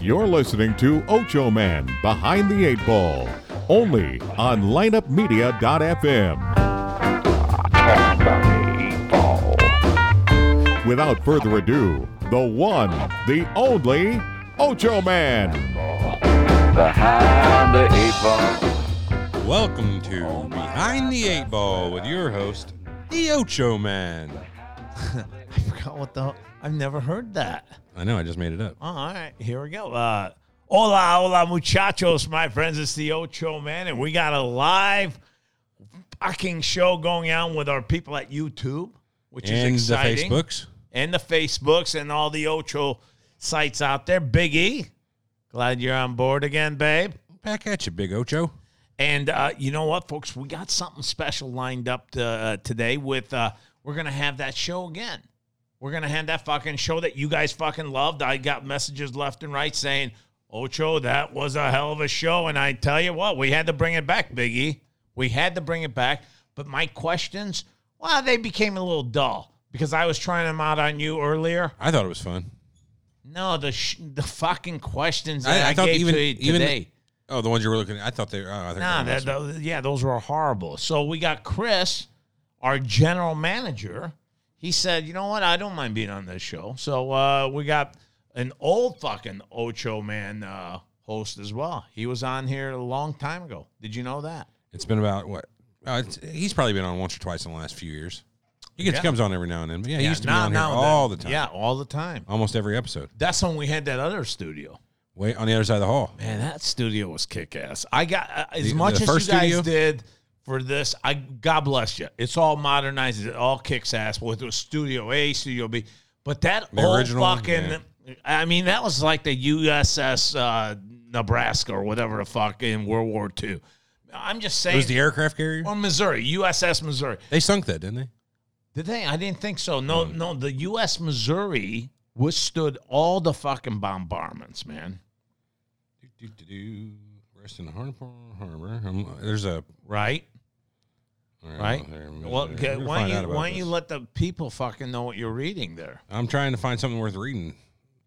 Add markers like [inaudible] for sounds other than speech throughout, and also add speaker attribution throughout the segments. Speaker 1: You're listening to Ocho Man Behind the Eight Ball, only on lineupmedia.fm. Without further ado, the one, the only Ocho Man.
Speaker 2: Behind the eight ball.
Speaker 3: Welcome to Behind the Eight Ball with your host, the Ocho Man.
Speaker 4: I forgot what the. I've never heard that.
Speaker 3: I know, I just made it up.
Speaker 4: Oh, All right, here we go. Uh, hola, hola, muchachos, my friends. It's the Ocho Man, and we got a live fucking show going on with our people at YouTube, which
Speaker 3: and
Speaker 4: is
Speaker 3: the
Speaker 4: exciting.
Speaker 3: Facebooks.
Speaker 4: and the Facebooks and all the Ocho sites out there. Big E, glad you're on board again, babe.
Speaker 3: Back at you, Big Ocho.
Speaker 4: And uh, you know what, folks? We got something special lined up to, uh, today. With uh, we're gonna have that show again. We're gonna have that fucking show that you guys fucking loved. I got messages left and right saying, "Ocho, that was a hell of a show." And I tell you what, we had to bring it back, Biggie. We had to bring it back. But my questions, well, they became a little dull because I was trying them out on you earlier.
Speaker 3: I thought it was fun.
Speaker 4: No, the sh- the fucking questions
Speaker 3: I-
Speaker 4: that I,
Speaker 3: I thought
Speaker 4: gave
Speaker 3: even-
Speaker 4: to you
Speaker 3: even-
Speaker 4: today.
Speaker 3: Oh, the ones you were looking at. I thought they were. Oh, I think
Speaker 4: Nah,
Speaker 3: they were
Speaker 4: that,
Speaker 3: awesome.
Speaker 4: tho- yeah, those were horrible. So we got Chris, our general manager. He said, "You know what? I don't mind being on this show." So uh, we got an old fucking Ocho man uh, host as well. He was on here a long time ago. Did you know that?
Speaker 3: It's been about what? Oh, it's, he's probably been on once or twice in the last few years. He gets
Speaker 4: Yeah.
Speaker 3: comes on every now and then. But yeah, he
Speaker 4: Yeah,
Speaker 3: used to
Speaker 4: now-
Speaker 3: be on
Speaker 4: now
Speaker 3: here
Speaker 4: and then.
Speaker 3: all the time.
Speaker 4: Yeah, all the time.
Speaker 3: almost every episode.
Speaker 4: That's when we had that other studio.
Speaker 3: Wait on the other side of the hall.
Speaker 4: Man, that studio was kick ass. I got uh, as
Speaker 3: The-
Speaker 4: much
Speaker 3: the
Speaker 4: as you
Speaker 3: first
Speaker 4: guys
Speaker 3: studio?
Speaker 4: did for this. I God bless you. It's all modernized. It all kicks ass. With well, Studio A, Studio B, but that
Speaker 3: The
Speaker 4: whole
Speaker 3: original one,
Speaker 4: fucking. I mean, that was like the USS uh, Nebraska or whatever the fuck in World War II. I'm just
Speaker 3: It
Speaker 4: saying.
Speaker 3: was the aircraft carrier.
Speaker 4: or Missouri, USS Missouri.
Speaker 3: They sunk that, didn't they?
Speaker 4: Did they? I didn't think so. No,
Speaker 3: Mm.
Speaker 4: no. The U.S. Missouri withstood all the fucking bombardments, man.
Speaker 3: Do, do, do, do. Rest in the harbor. harbor. Um, there's a
Speaker 4: Right.
Speaker 3: all
Speaker 4: right?
Speaker 3: well, there-
Speaker 4: Well,
Speaker 3: there-
Speaker 4: okay,
Speaker 3: we'll
Speaker 4: why
Speaker 3: find out
Speaker 4: don't you
Speaker 3: about
Speaker 4: why don't you
Speaker 3: this.
Speaker 4: let the people fucking know what you're reading there
Speaker 3: I'm trying to find something worth reading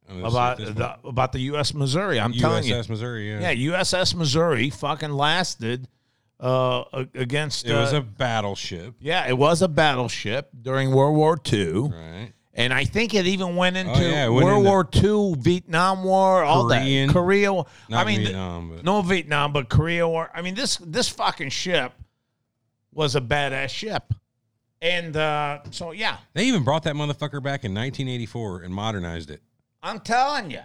Speaker 3: on this-
Speaker 4: about
Speaker 3: this
Speaker 4: the, about the U.S. Missouri? I'm
Speaker 3: one.
Speaker 4: telling you,
Speaker 3: USS Missouri. Yeah,
Speaker 4: yeah, USS Missouri fucking lasted uh, a- against.
Speaker 3: it was
Speaker 4: uh,
Speaker 3: a battleship,
Speaker 4: yeah, it was a battleship during World War II,
Speaker 3: right? Oh,
Speaker 4: and I think it even went into
Speaker 3: yeah, it went
Speaker 4: World
Speaker 3: into-
Speaker 4: War II, Vietnam War, all
Speaker 3: Korean.
Speaker 4: that Korea. War.
Speaker 3: Not
Speaker 4: I mean, th-
Speaker 3: Vietnam, but
Speaker 4: no Vietnam, but Korea War. I mean, this this fucking ship was a badass ship, and uh, so yeah,
Speaker 3: they even brought that motherfucker back in 1984 and modernized it.
Speaker 4: I'm telling you,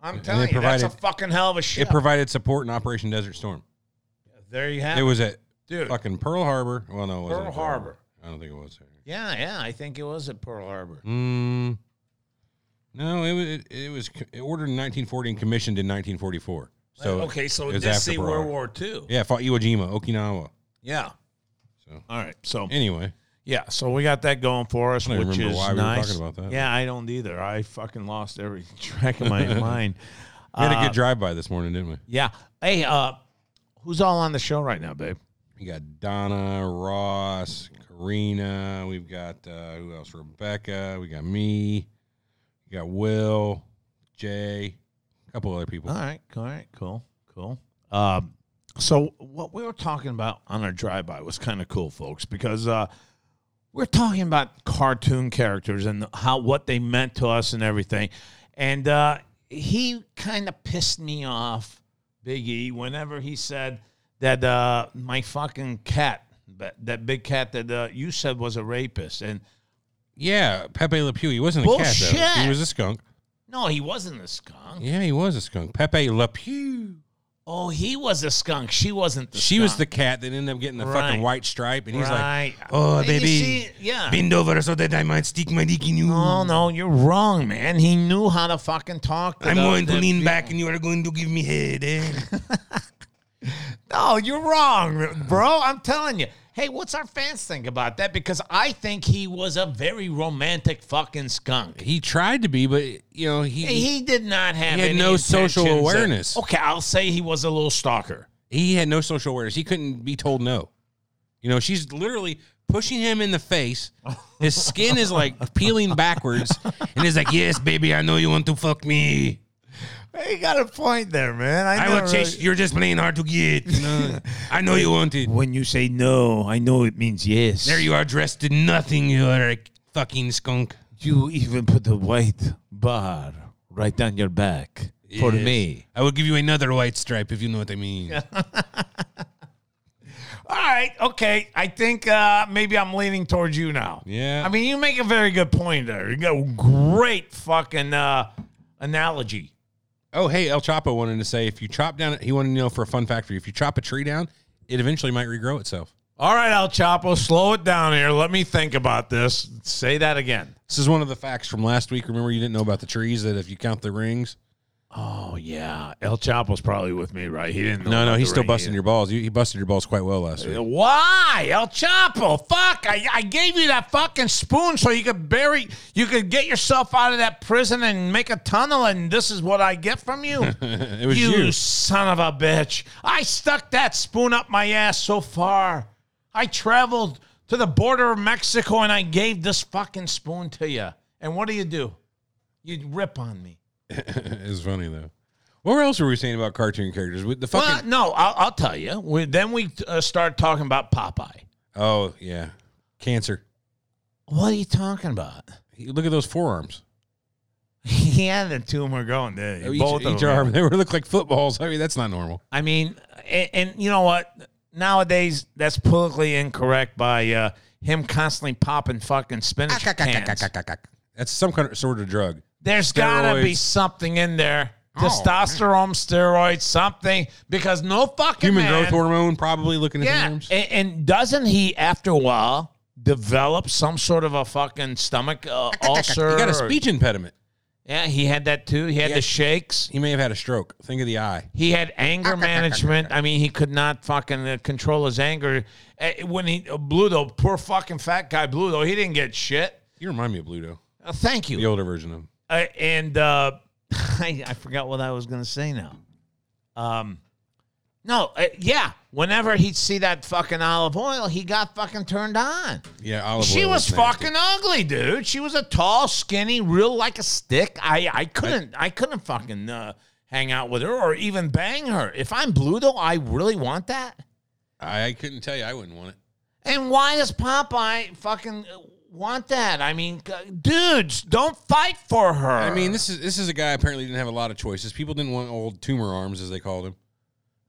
Speaker 4: I'm
Speaker 3: And
Speaker 4: telling
Speaker 3: it
Speaker 4: you, that's a
Speaker 3: provided-
Speaker 4: fucking hell of a ship.
Speaker 3: It provided support in Operation Desert Storm.
Speaker 4: there you have
Speaker 3: It
Speaker 4: it,
Speaker 3: was at
Speaker 4: dude.
Speaker 3: fucking Pearl Harbor. Well, no, it wasn't
Speaker 4: Pearl
Speaker 3: at
Speaker 4: Harbor.
Speaker 3: I don't think it was there.
Speaker 4: Yeah, yeah, I think it was at Pearl Harbor.
Speaker 3: Mm, no, it was it, it was co- ordered in 1940 and commissioned in 1944. So
Speaker 4: okay, so
Speaker 3: it
Speaker 4: it
Speaker 3: was
Speaker 4: did
Speaker 3: after
Speaker 4: see
Speaker 3: Pearl
Speaker 4: World
Speaker 3: Harbor.
Speaker 4: War II.
Speaker 3: Yeah, fought Iwo Jima, Okinawa.
Speaker 4: Yeah.
Speaker 3: So
Speaker 4: All right. So
Speaker 3: anyway,
Speaker 4: yeah, so we got that going for us,
Speaker 3: I don't
Speaker 4: which
Speaker 3: remember
Speaker 4: is
Speaker 3: why we were
Speaker 4: nice.
Speaker 3: talking about that.
Speaker 4: Yeah, I don't either. I fucking lost every [laughs] track of my
Speaker 3: [laughs]
Speaker 4: mind.
Speaker 3: we had a
Speaker 4: Uh,
Speaker 3: good drive by this morning, didn't we?
Speaker 4: Yeah. Hey, uh, who's all on the show right now, babe?
Speaker 3: We got Donna, Ross, Karina. We've got uh, who else? Rebecca. We got me. We got Will, Jay, a couple other people.
Speaker 4: All right. All right. Cool. Cool. Um, so what we were talking about on our drive by was kind of cool, folks, because uh, we're talking about cartoon characters and how what they meant to us and everything. And uh, he kind of pissed me off, Big E, whenever he said that uh, my fucking cat, that, that big cat that uh, you said was a rapist, and
Speaker 3: Yeah, Pepe Le Pew. He wasn't a cat. Though.
Speaker 4: Bullshit.
Speaker 3: He was a skunk.
Speaker 4: no, he wasn't a skunk.
Speaker 3: Yeah, he was a skunk. Pepe Le Pew.
Speaker 4: Oh, he was a skunk. She wasn't. The
Speaker 3: She
Speaker 4: skunk.
Speaker 3: was the cat that ended up getting the
Speaker 4: Right.
Speaker 3: fucking white stripe, and he's
Speaker 4: right.
Speaker 3: like, "Oh,
Speaker 4: And you
Speaker 3: baby,
Speaker 4: see- yeah.
Speaker 3: bend over so that I might stick my dick in you.
Speaker 4: Oh no, you're wrong, man. He knew how to fucking talk.
Speaker 3: I'm
Speaker 4: the-
Speaker 3: going to
Speaker 4: the- [laughs]
Speaker 3: lean back, and you are going to give me head." Eh?
Speaker 4: No, Oh, you're wrong, bro. I'm telling you. Hey, what's our fans think about that? Because I think he was a very romantic fucking skunk.
Speaker 3: he tried to be, but you know
Speaker 4: He did not have
Speaker 3: He had
Speaker 4: any
Speaker 3: no social
Speaker 4: intentions of-
Speaker 3: awareness.
Speaker 4: okay, I'll say he was a little stalker.
Speaker 3: he had no social awareness. He couldn't be told no. You know, she's literally pushing him in the face. His skin is like peeling backwards, and he's like, "Yes, baby, I know you want to fuck me."
Speaker 4: Hey, you got a point there, man. I,
Speaker 3: I
Speaker 4: never
Speaker 3: will chase.
Speaker 4: really-
Speaker 3: You're just playing hard to get. No, I know you want it.
Speaker 4: When you say no, I know it means yes.
Speaker 3: There you are, dressed in nothing. You are a fucking skunk.
Speaker 4: You even put a white bar right down your back for
Speaker 3: Yes.
Speaker 4: me.
Speaker 3: I will give you another white stripe if you know what I mean.
Speaker 4: All right, okay. I think uh, maybe I'm leaning towards you now.
Speaker 3: Yeah.
Speaker 4: I mean, you make a very good point there. You got a great fucking uh, analogy.
Speaker 3: Oh, hey, El Chapo wanted to say if you chop down, he wanted to know for a fun factory, if you chop a tree down, it eventually might regrow itself.
Speaker 4: All right, Al Chapo, slow it down here. Let me think about this. Say that again.
Speaker 3: This is one of the facts from last week. Remember, you didn't know about the trees that if you count the rings.
Speaker 4: Oh yeah, El Chapo's probably with me, right? He didn't. Know
Speaker 3: No,
Speaker 4: about
Speaker 3: no,
Speaker 4: the
Speaker 3: he's still
Speaker 4: ring
Speaker 3: busting your balls. You, he busted your balls quite well last
Speaker 4: either.
Speaker 3: week.
Speaker 4: Uh, Why, El Chapo? Fuck! I, I gave you that fucking spoon so you could bury, you could get yourself out of that prison and make a tunnel, and this is what I get from [laughs] you.
Speaker 3: [laughs] It was
Speaker 4: You,
Speaker 3: you.
Speaker 4: son of a bitch. I stuck that spoon up my ass so far. I traveled to the border of Mexico and I gave this fucking spoon to you. And what do you do? You rip on me.
Speaker 3: It was funny though. What else were we saying about cartoon characters? With the
Speaker 4: Well,
Speaker 3: fucking
Speaker 4: no, I'll, I'll tell you. We, then we uh, start talking about Popeye.
Speaker 3: oh yeah, cancer.
Speaker 4: What are you talking about? [laughs]
Speaker 3: You Look at those forearms.
Speaker 4: He had the tumor going there.
Speaker 3: Oh, Each,
Speaker 4: Both of
Speaker 3: each
Speaker 4: them.
Speaker 3: arm, [laughs] they were look like footballs. I mean, that's not normal.
Speaker 4: I mean, and, and you know what? Nowadays, that's politically incorrect by uh, him constantly popping fucking spinach
Speaker 3: Ah,
Speaker 4: cans.
Speaker 3: That's some kind of sort of drug.
Speaker 4: There's got to be
Speaker 3: Steroids.
Speaker 4: something in there. Testosterone, steroids, something. Because no fucking
Speaker 3: Human
Speaker 4: man-
Speaker 3: growth hormone, probably looking at the
Speaker 4: Yeah,
Speaker 3: arms.
Speaker 4: and, and doesn't he after a while develop some sort of a fucking stomach uh, ulcer?
Speaker 3: He got a
Speaker 4: or-
Speaker 3: speech impediment.
Speaker 4: Yeah, he had that too. He had
Speaker 3: Yeah.
Speaker 4: the shakes.
Speaker 3: He may have had a stroke. Think of the eye.
Speaker 4: He had anger management. I mean, he could not fucking uh, control his anger. Eh, When he uh, Bluto, poor fucking fat guy Bluto, he didn't get shit.
Speaker 3: You remind me of Bluto,
Speaker 4: Uh, thank you.
Speaker 3: the older version of him.
Speaker 4: uh, and uh, [laughs] I, I forgot what I was going to say now. Um, no, uh, yeah. Whenever he'd see that fucking olive oil, he got fucking turned on.
Speaker 3: Yeah, olive
Speaker 4: She
Speaker 3: oil
Speaker 4: was
Speaker 3: nasty.
Speaker 4: fucking ugly, dude. She was a tall, skinny, real like a stick. I, I couldn't, I couldn't fucking uh, hang out with her or even bang her. If I'm blue though, I really want that.
Speaker 3: I, I couldn't tell you. I wouldn't want it.
Speaker 4: And why does Popeye fucking uh, want that? I mean, g- dudes, don't fight for her.
Speaker 3: I mean, this is this is a guy apparently didn't have a lot of choices. People didn't want old tumor arms, as they called him.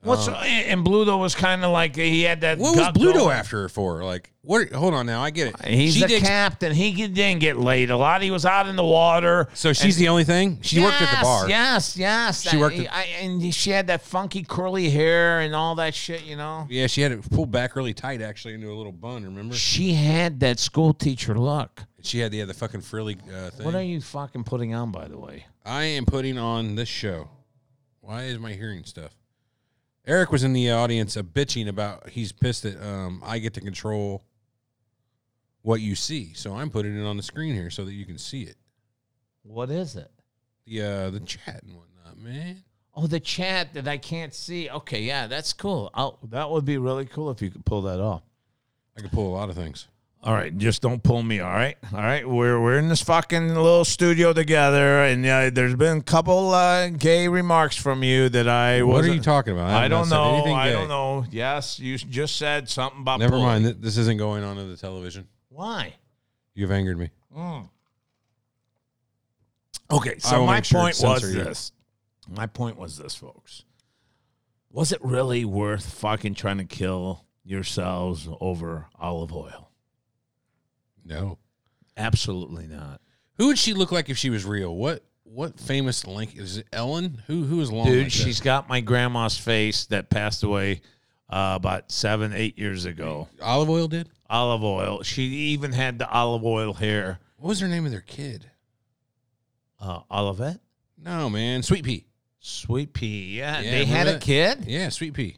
Speaker 4: What's and Bluto was kind of like he had that.
Speaker 3: What was
Speaker 4: gut
Speaker 3: Bluto
Speaker 4: going.
Speaker 3: after her for? Like, what? Hold on now, I get it.
Speaker 4: He's
Speaker 3: she
Speaker 4: the
Speaker 3: digs-
Speaker 4: captain. He g- didn't get laid a lot. He was out in the water.
Speaker 3: So she's the only thing. She worked at the
Speaker 4: Yes,
Speaker 3: bar.
Speaker 4: Yes, yes.
Speaker 3: She worked
Speaker 4: I,
Speaker 3: at-
Speaker 4: I, and she had that funky curly hair and all that shit. You know,
Speaker 3: Yeah, she had it pulled back really tight, actually, into a little bun. Remember?
Speaker 4: she had that school teacher look.
Speaker 3: She had yeah, the fucking frilly uh, thing.
Speaker 4: What are you fucking putting on, by the way?
Speaker 3: I am putting on this show. Why is my hearing stuff? Eric was in the audience, uh, bitching about he's pissed that um, I get to control what you see. So I'm putting it on the screen here so that you can see it.
Speaker 4: What is it?
Speaker 3: The uh, the chat and whatnot, man.
Speaker 4: Oh, the chat that I can't see. Okay, yeah, that's cool. I'll, that would be really cool if you could pull that off.
Speaker 3: I could pull a lot of things.
Speaker 4: All right, just don't pull me. All right, all right. We're we're in this fucking little studio together, and uh, there's been a couple uh, gay remarks from you that I
Speaker 3: What are
Speaker 4: wasn't-
Speaker 3: you talking about?
Speaker 4: I
Speaker 3: have not
Speaker 4: don't
Speaker 3: said
Speaker 4: know.
Speaker 3: anything
Speaker 4: I
Speaker 3: gay.
Speaker 4: don't know. Yes, you s- just said something about.
Speaker 3: Never
Speaker 4: pulling.
Speaker 3: mind. Th- This isn't going onto the television.
Speaker 4: Why? Mm.
Speaker 3: You've angered me.
Speaker 4: Okay,
Speaker 3: I
Speaker 4: so
Speaker 3: will
Speaker 4: my
Speaker 3: make sure
Speaker 4: point
Speaker 3: to
Speaker 4: was
Speaker 3: censor you.
Speaker 4: this. My point was this, folks. Was it really worth fucking trying to kill yourselves over olive oil?
Speaker 3: No.
Speaker 4: Absolutely not.
Speaker 3: Who would she look like if she was real? What what famous link is it Ellen? Who who is long?
Speaker 4: Dude,
Speaker 3: like that?
Speaker 4: she's got my grandma's face that passed away uh, about seven, eight years ago.
Speaker 3: olive oil did.
Speaker 4: Olive oil. She even had the olive oil hair.
Speaker 3: What was her name of their kid?
Speaker 4: Uh, Olivet?
Speaker 3: No, man. Sweet Pea.
Speaker 4: Sweet pea. Yeah.
Speaker 3: Yeah,
Speaker 4: they had
Speaker 3: remember
Speaker 4: a
Speaker 3: that?
Speaker 4: kid.
Speaker 3: Yeah, Sweet Pea.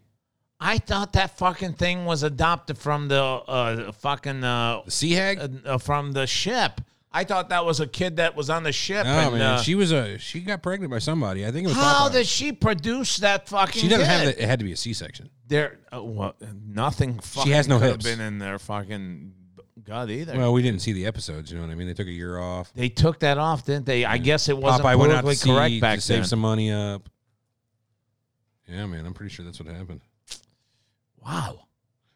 Speaker 4: I thought that fucking thing was adopted from the uh, fucking uh,
Speaker 3: The sea hag?
Speaker 4: uh, uh, from the ship. I thought that was a kid that was on the ship.
Speaker 3: no,
Speaker 4: and,
Speaker 3: man.
Speaker 4: uh,
Speaker 3: she was a she got pregnant by somebody. I think it was
Speaker 4: how
Speaker 3: Popeye.
Speaker 4: did she produce that fucking?
Speaker 3: she doesn't
Speaker 4: kid?
Speaker 3: have the, it had to be a C section.
Speaker 4: There, uh, well, nothing. Fucking
Speaker 3: has no
Speaker 4: could
Speaker 3: hips.
Speaker 4: Have been in their fucking God either.
Speaker 3: Well, we didn't see the episodes. You know what I mean? They took a year off.
Speaker 4: they took that off, didn't they? I guess it wasn't
Speaker 3: Popeye went out
Speaker 4: politically
Speaker 3: to sea
Speaker 4: correct back
Speaker 3: to save
Speaker 4: then.
Speaker 3: some money up. Yeah, man, I'm pretty sure that's what happened.
Speaker 4: wow.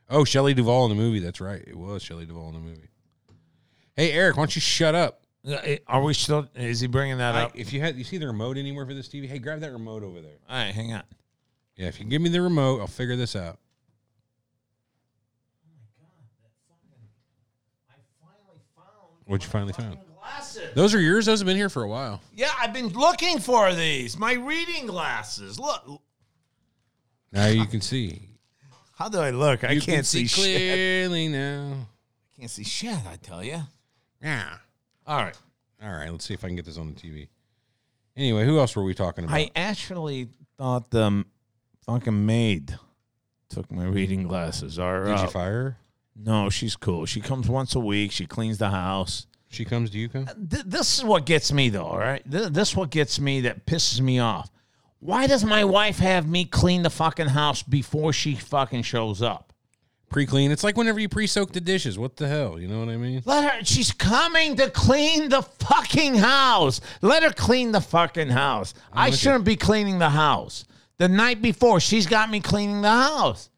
Speaker 3: Oh, Shelley Duvall in the movie. That's right. It was Shelley Duvall in the movie. Hey, Eric, why don't you shut up?
Speaker 4: Uh, Are we still? Is he bringing that
Speaker 3: I,
Speaker 4: up?
Speaker 3: if you had, you see the remote anywhere for this TV? Hey, grab that remote over there.
Speaker 4: All right, hang on.
Speaker 3: Yeah, if you give me the remote, I'll figure this out. What you finally found?
Speaker 4: Glasses.
Speaker 3: Those are yours. Those have been here for a while.
Speaker 4: Yeah, I've been looking for these. My reading glasses. Look.
Speaker 3: Now you can see.
Speaker 4: How do I look? I
Speaker 3: You
Speaker 4: can't see, shit.
Speaker 3: clearly now.
Speaker 4: I can't see shit. I tell you.
Speaker 3: Yeah.
Speaker 4: All right.
Speaker 3: All right. Let's see if I can get this on the TV. Anyway, who else were we talking about?
Speaker 4: I actually thought the um, fucking maid took my reading glasses. Our,
Speaker 3: Did you
Speaker 4: uh,
Speaker 3: fire her?
Speaker 4: no, she's cool. She comes once a week. She cleans the house.
Speaker 3: She comes to you, come?
Speaker 4: Th- this is what gets me though. All right, Th- this is what gets me that pisses me off. Why does my wife have me clean the fucking house before she fucking shows up?
Speaker 3: Pre-clean. It's like whenever you pre-soak the dishes. What the hell? You know what I mean?
Speaker 4: Let her. She's coming to clean the fucking house. Let her clean the fucking house. I
Speaker 3: with you.
Speaker 4: shouldn't be cleaning the house. The night before, she's got me cleaning the house.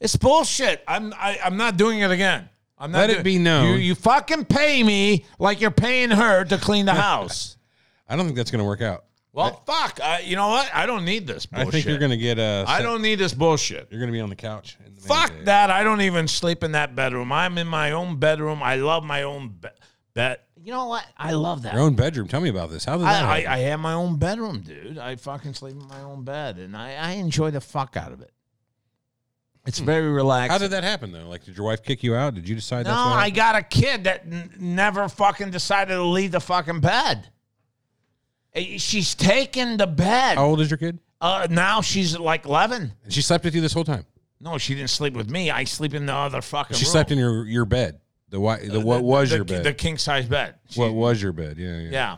Speaker 4: It's bullshit. I'm I, I'm not doing it again. I'm not.
Speaker 3: Let it
Speaker 4: doing-
Speaker 3: be known.
Speaker 4: You, you fucking pay me like you're paying her to
Speaker 3: [laughs]
Speaker 4: clean the house.
Speaker 3: I don't think that's going to work out.
Speaker 4: well, fuck. I, you know what? I don't need this bullshit.
Speaker 3: I think you're going to get uh
Speaker 4: I
Speaker 3: set-
Speaker 4: don't need this bullshit.
Speaker 3: You're going to be on the couch. In the
Speaker 4: Fuck
Speaker 3: main bed.
Speaker 4: that. I don't even sleep in that bedroom. I'm in my own bedroom. I love my own be- bed. You know what? I love that.
Speaker 3: Your own bedroom. Tell me about this. How did that?
Speaker 4: I,
Speaker 3: happen?
Speaker 4: I, I have my own bedroom, dude. I fucking sleep in my own bed and I, I enjoy the fuck out of it. It's very relaxing.
Speaker 3: Hmm. How did that happen though? Like, did your wife kick you out? Did you decide?
Speaker 4: no,
Speaker 3: that's what
Speaker 4: I
Speaker 3: happened?
Speaker 4: got a kid that n- never fucking decided to leave the fucking bed. Eh, She's taken the bed.
Speaker 3: How old is your kid?
Speaker 4: Uh, now she's like 11.
Speaker 3: And she slept with you this whole time.
Speaker 4: No, she didn't sleep with me. I sleep in the other fucking
Speaker 3: She
Speaker 4: room.
Speaker 3: slept in your your bed. The why? The, what was
Speaker 4: Uh, the,
Speaker 3: your bed?
Speaker 4: The king size bed. She-
Speaker 3: what was your bed? Yeah, yeah.
Speaker 4: Yeah.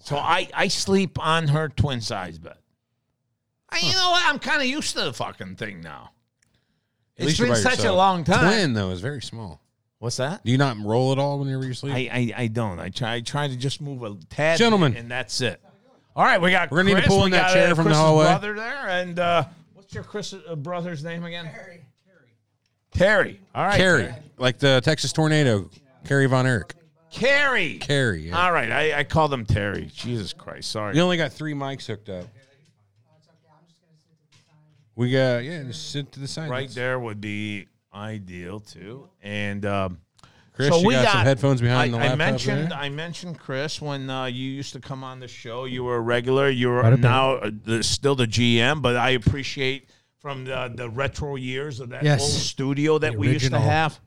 Speaker 4: So I I sleep on her twin size bed. I, you know what? I'm kind of used to the fucking thing now.
Speaker 3: At
Speaker 4: It's
Speaker 3: least you're
Speaker 4: been
Speaker 3: by
Speaker 4: such a
Speaker 3: yourself.
Speaker 4: long time.
Speaker 3: Twin though is very small.
Speaker 4: What's that?
Speaker 3: Do you not roll at all whenever you sleep?
Speaker 4: I, I I don't. I try I try to just move a tad, bit,
Speaker 3: Gentlemen.
Speaker 4: and that's it. All right, we got.
Speaker 3: We're gonna need to
Speaker 4: Chris,
Speaker 3: pull
Speaker 4: we
Speaker 3: in that
Speaker 4: got,
Speaker 3: chair
Speaker 4: uh,
Speaker 3: from the
Speaker 4: Chris's
Speaker 3: hallway.
Speaker 4: Brother there, and uh, what's your Chris uh, brother's name again? Terry. Terry. All right.
Speaker 3: Carrie, like the Texas tornado. Carrie Von Erich.
Speaker 4: Carrie.
Speaker 3: Carrie. Yeah.
Speaker 4: All right. I, I called him Terry. Jesus Christ. Sorry.
Speaker 3: You only got three mics hooked up. We got yeah, just sit to the side.
Speaker 4: right there would be ideal too. And um,
Speaker 3: Chris, you got, some headphones behind
Speaker 4: I,
Speaker 3: the laptop.
Speaker 4: I mentioned
Speaker 3: there?
Speaker 4: I mentioned Chris when uh, you used to come on the show. You were a regular. You
Speaker 5: Quite
Speaker 4: are
Speaker 5: a bit.
Speaker 4: now uh, the, still the GM, but I appreciate from the, the retro years of that
Speaker 5: Yes.
Speaker 4: old studio that
Speaker 5: The
Speaker 4: we used to
Speaker 5: original.
Speaker 4: have.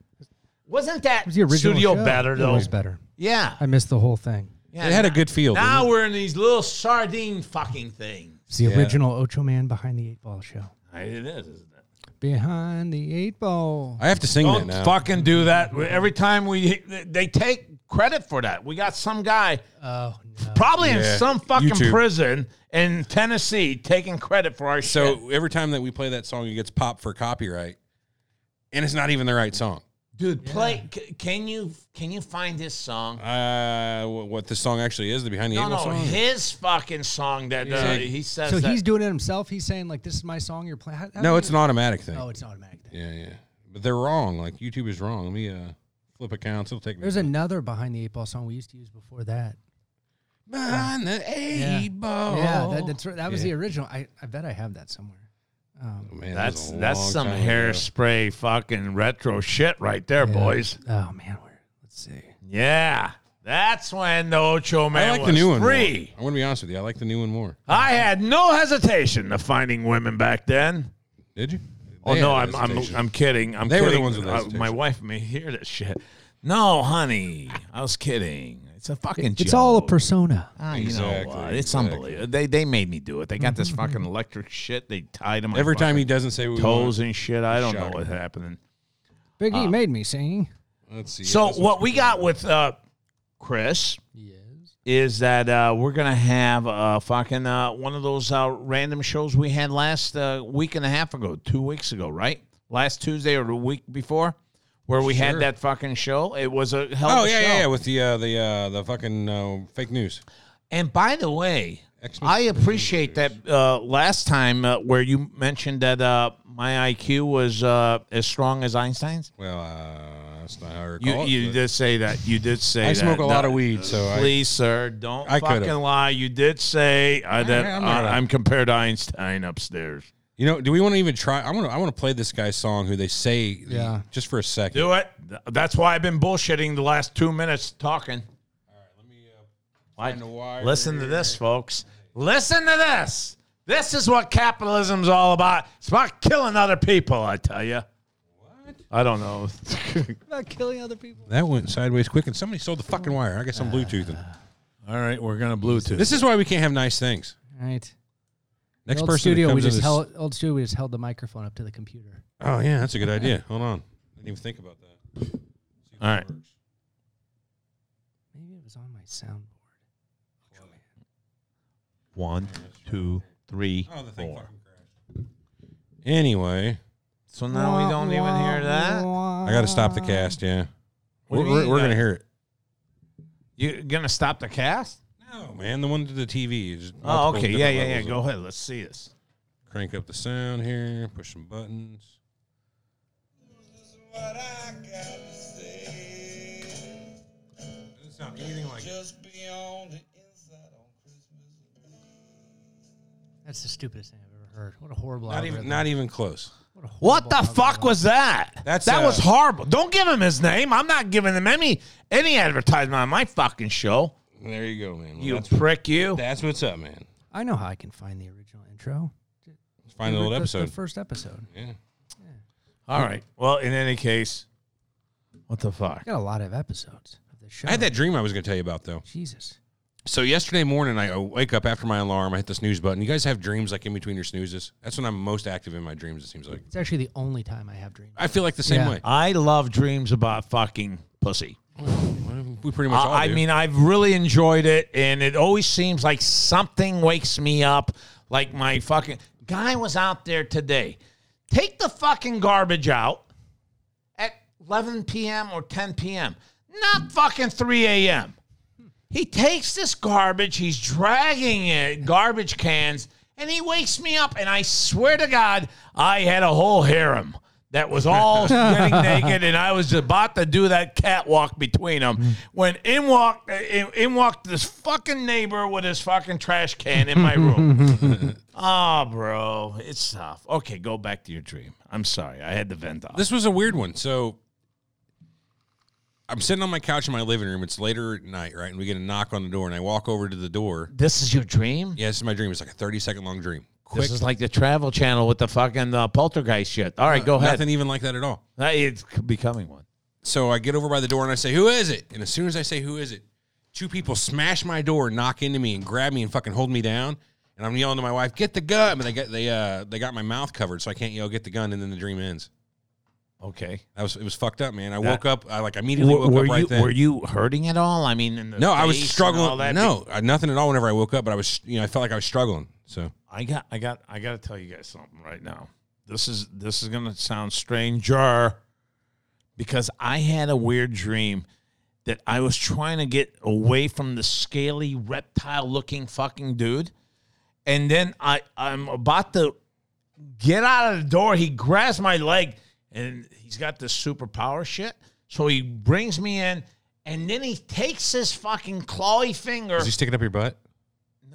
Speaker 4: Wasn't that
Speaker 5: was the original
Speaker 4: studio
Speaker 5: show.
Speaker 4: better
Speaker 5: It
Speaker 4: though?
Speaker 5: was better.
Speaker 4: Yeah.
Speaker 5: I missed the whole thing.
Speaker 4: yeah.
Speaker 3: It had a good feel.
Speaker 4: Now
Speaker 3: didn't it?
Speaker 4: we're in these little sardine fucking things.
Speaker 5: It's the original Ocho Man behind the eight ball show.
Speaker 4: It is, isn't it?
Speaker 5: Behind the eight ball.
Speaker 3: I have to sing that
Speaker 4: Don't
Speaker 3: now.
Speaker 4: fucking do that. Every time we, they take credit for that. We got some guy
Speaker 5: Oh no.
Speaker 4: probably
Speaker 3: Yeah,
Speaker 4: in some fucking
Speaker 3: YouTube.
Speaker 4: prison in Tennessee taking credit for our
Speaker 3: So
Speaker 4: shit.
Speaker 3: every time that we play that song, it gets popped for copyright, and it's not even the right song.
Speaker 4: Dude, play. C- can you can you find this song?
Speaker 3: Uh, wh- what this song actually is, the behind the
Speaker 4: No,
Speaker 3: eight
Speaker 4: no,
Speaker 3: ball song.
Speaker 4: his fucking song that uh,
Speaker 3: Yeah.
Speaker 4: he says.
Speaker 5: So
Speaker 4: that-
Speaker 5: he's doing it himself. He's saying like, "This is my song. You're playing." How- how do
Speaker 3: No,
Speaker 5: you-
Speaker 3: it's an automatic thing.
Speaker 5: Oh, it's an automatic. Thing.
Speaker 3: Yeah, yeah. But they're wrong. Like YouTube is wrong. Let me uh, flip accounts. It'll take me.
Speaker 5: There's another behind the eight ball song we used to use before that.
Speaker 3: behind the eight
Speaker 5: Yeah.
Speaker 3: ball.
Speaker 5: Yeah,
Speaker 4: Oh.
Speaker 5: that, that's right. That was
Speaker 3: Yeah.
Speaker 5: the original. I, I bet I have that somewhere.
Speaker 3: Oh, man, that was
Speaker 4: that's
Speaker 3: a
Speaker 4: that's
Speaker 3: long
Speaker 4: some
Speaker 3: time ago.
Speaker 4: hairspray fucking retro shit right there,
Speaker 5: Yeah.
Speaker 4: boys.
Speaker 5: Oh man, where? Let's see.
Speaker 4: Yeah, that's when the Ocho Man
Speaker 3: I like
Speaker 4: was
Speaker 3: the new one.
Speaker 4: free.
Speaker 3: More. I want to be honest with you. I like the new one more.
Speaker 4: I had no hesitation of finding women back then.
Speaker 3: Did you?
Speaker 4: Oh
Speaker 3: They
Speaker 4: no,
Speaker 3: had
Speaker 4: I'm, I'm
Speaker 3: hesitation.
Speaker 4: I'm kidding. I'm
Speaker 3: They were the
Speaker 4: kidding. Uh,
Speaker 3: ones with hesitation.
Speaker 4: my wife may hear this shit. No, honey, I was kidding. It's a fucking.
Speaker 5: It's all a
Speaker 4: joke.
Speaker 5: persona.
Speaker 4: Ah, you know
Speaker 3: Exactly,
Speaker 4: what? It's
Speaker 3: exactly.
Speaker 4: unbelievable. They they made me do it. They got
Speaker 5: Mm-hmm.
Speaker 4: this fucking electric shit. They tied him
Speaker 3: Every time he doesn't say what
Speaker 4: toes
Speaker 3: we
Speaker 4: and shit. I don't know
Speaker 3: Shocker.
Speaker 4: what's happening.
Speaker 5: Big
Speaker 4: Ah.
Speaker 5: E made me sing.
Speaker 3: want. Let's see.
Speaker 4: So
Speaker 3: This is-
Speaker 4: what we got with uh, Chris
Speaker 5: Yes.
Speaker 4: is that uh, we're gonna have uh, fucking uh, one of those uh, random shows we had last uh, week and a half ago, two weeks ago, right? Last Tuesday or the week before, where we had
Speaker 3: Sure.
Speaker 4: that fucking show. It was a hell of
Speaker 3: Oh
Speaker 4: a
Speaker 3: yeah,
Speaker 4: show.
Speaker 3: yeah, yeah, with the uh, the uh, the fucking uh, fake news.
Speaker 4: And by the way,
Speaker 3: Xmas
Speaker 4: I appreciate that uh, last time uh, where you mentioned that uh, my IQ was uh, as strong as Einstein's.
Speaker 3: Well, uh, that's not how I
Speaker 4: You,
Speaker 3: recall it,
Speaker 4: you
Speaker 3: but-
Speaker 4: did say that. You did say
Speaker 3: I
Speaker 4: that.
Speaker 3: smoke a lot
Speaker 4: No,
Speaker 3: of weed, so I-
Speaker 4: please, sir, don't
Speaker 3: I
Speaker 4: fucking
Speaker 3: could've.
Speaker 4: lie. You did say uh, that
Speaker 3: I'm
Speaker 4: I'm,
Speaker 3: not a-
Speaker 4: I'm compared to Einstein upstairs.
Speaker 3: You know, do we want to even try? I want to. I want to play this guy's song. Who they say?
Speaker 5: Yeah.
Speaker 3: Just for a second.
Speaker 4: Do it. Th- That's why I've been bullshitting the last two minutes talking. All right, let
Speaker 3: uh, find
Speaker 4: me
Speaker 3: the wire
Speaker 4: listen to this, folks. Listen to this. This is what capitalism's all about. It's about killing other people, I tell you. I don't know. [laughs]
Speaker 5: About killing other people.
Speaker 3: That went sideways quick, and somebody stole the fucking wire. I
Speaker 5: Uh,
Speaker 3: guess I'm Bluetoothing.
Speaker 4: All right, we're gonna Bluetooth.
Speaker 3: This is why we can't have nice things.
Speaker 5: All right.
Speaker 3: Next
Speaker 5: old
Speaker 3: person
Speaker 5: studio,
Speaker 3: that
Speaker 5: we
Speaker 3: comes in
Speaker 5: just
Speaker 3: is-
Speaker 5: held old studio. We just held the microphone up to the computer.
Speaker 3: Oh yeah, that's a good idea. Hold on, I didn't even think about that. See if
Speaker 4: All
Speaker 3: it
Speaker 4: right.
Speaker 3: works.
Speaker 5: Maybe it was on my soundboard.
Speaker 4: one, two, three,
Speaker 3: Oh, the thing
Speaker 4: four.
Speaker 3: fucking crashed. Anyway,
Speaker 4: So now we don't even hear that.
Speaker 3: I got to stop the cast. Yeah,
Speaker 4: What do
Speaker 3: we're,
Speaker 4: you
Speaker 3: we're,
Speaker 4: mean,
Speaker 3: we're gonna
Speaker 4: like-
Speaker 3: hear it.
Speaker 4: You gonna stop the cast?
Speaker 3: No, man, the one to the TV. is
Speaker 4: Oh,
Speaker 3: multiple
Speaker 4: okay. Yeah,
Speaker 3: different
Speaker 4: yeah, yeah.
Speaker 3: levels
Speaker 4: Go
Speaker 3: of-
Speaker 4: ahead. Let's see this.
Speaker 3: Crank up the sound here. Push some buttons.
Speaker 6: what I gotta say.
Speaker 3: Doesn't sound anything like
Speaker 6: Just be on the inside on Christmas Eve.
Speaker 5: That's the stupidest thing I've ever heard. What a horrible
Speaker 3: Not even,
Speaker 5: algorithm.
Speaker 3: not even close.
Speaker 5: What, a horrible
Speaker 4: What the
Speaker 5: algorithm.
Speaker 4: fuck was that?
Speaker 3: That's,
Speaker 4: that
Speaker 3: uh,
Speaker 4: was horrible. Don't give him his name. I'm not giving him any any advertisement on my fucking show.
Speaker 3: There you go, man. Well,
Speaker 4: You
Speaker 3: that's,
Speaker 4: prick, you.
Speaker 3: that's what's up, man.
Speaker 5: I know how I can find the original intro.
Speaker 3: Let's find the
Speaker 5: The-
Speaker 3: old
Speaker 5: the-
Speaker 3: episode.
Speaker 5: The first episode.
Speaker 3: yeah.
Speaker 4: All right. Well, in any case, what the fuck?
Speaker 5: I got a lot of episodes of the show.
Speaker 3: I had that dream I was going to tell you about though.
Speaker 5: Jesus.
Speaker 3: So yesterday morning, I wake up after my alarm. I hit the snooze button. You guys have dreams like in between your snoozes. That's when I'm most active in my dreams. It seems like
Speaker 5: It's actually the only time I have dreams.
Speaker 3: I feel like the same
Speaker 5: Yeah.
Speaker 3: way.
Speaker 4: I love dreams about fucking pussy.
Speaker 3: We pretty much. all
Speaker 4: I, I
Speaker 3: do.
Speaker 4: mean, I've really enjoyed it, and it always seems like something wakes me up. Like my fucking guy was out there today. Take the fucking garbage out at 11 p.m. or 10 p.m., not fucking 3 a.m. He takes this garbage, he's dragging it, garbage cans, and he wakes me up. And I swear to God, I had a whole harem that was all getting naked, and I was about to do that catwalk between them. When in walked, in, in walked this fucking neighbor with his fucking trash can in my room. oh, bro, it's tough. Okay, go back to your dream. I'm sorry, I had to vent off.
Speaker 3: this was a weird one. So I'm sitting on my couch in my living room. It's later at night, right? And we get a knock on the door, and I walk over to the door.
Speaker 4: This is your dream?
Speaker 3: Yeah, this is my dream. It's like a 30 second long dream. Quick.
Speaker 4: This is like the Travel Channel with the fucking uh, poltergeist shit. All right, go ahead.
Speaker 3: Nothing even like that at all.
Speaker 4: Uh, It's becoming one.
Speaker 3: So I get over by the door and I say, "Who is it?" And as soon as I say, "Who is it?" two people smash my door, knock into me, and grab me and fucking hold me down. And I'm yelling to my wife, "Get the gun!" But they got they uh they got my mouth covered, so I can't yell, "Get the gun!" And then the dream ends.
Speaker 4: Okay.
Speaker 3: I was it was fucked up, man. I
Speaker 4: That-
Speaker 3: woke up. I like immediately
Speaker 4: Were,
Speaker 3: woke
Speaker 4: were
Speaker 3: up right
Speaker 4: you
Speaker 3: then.
Speaker 4: were you hurting at all? I mean, in the
Speaker 3: no, I was
Speaker 4: face and all
Speaker 3: struggling.
Speaker 4: that?
Speaker 3: No, I, nothing at all. Whenever I woke up, but I was you know I felt like I was struggling. So
Speaker 4: I got I got I got to tell you guys something right now. This is this is going to sound stranger because I had a weird dream that I was trying to get away from the scaly reptile looking fucking dude and then I I'm about to get out of the door. He grabs my leg and he's got this superpower shit. So he brings me in and then he takes his fucking clawy finger.
Speaker 3: is he sticking up your butt?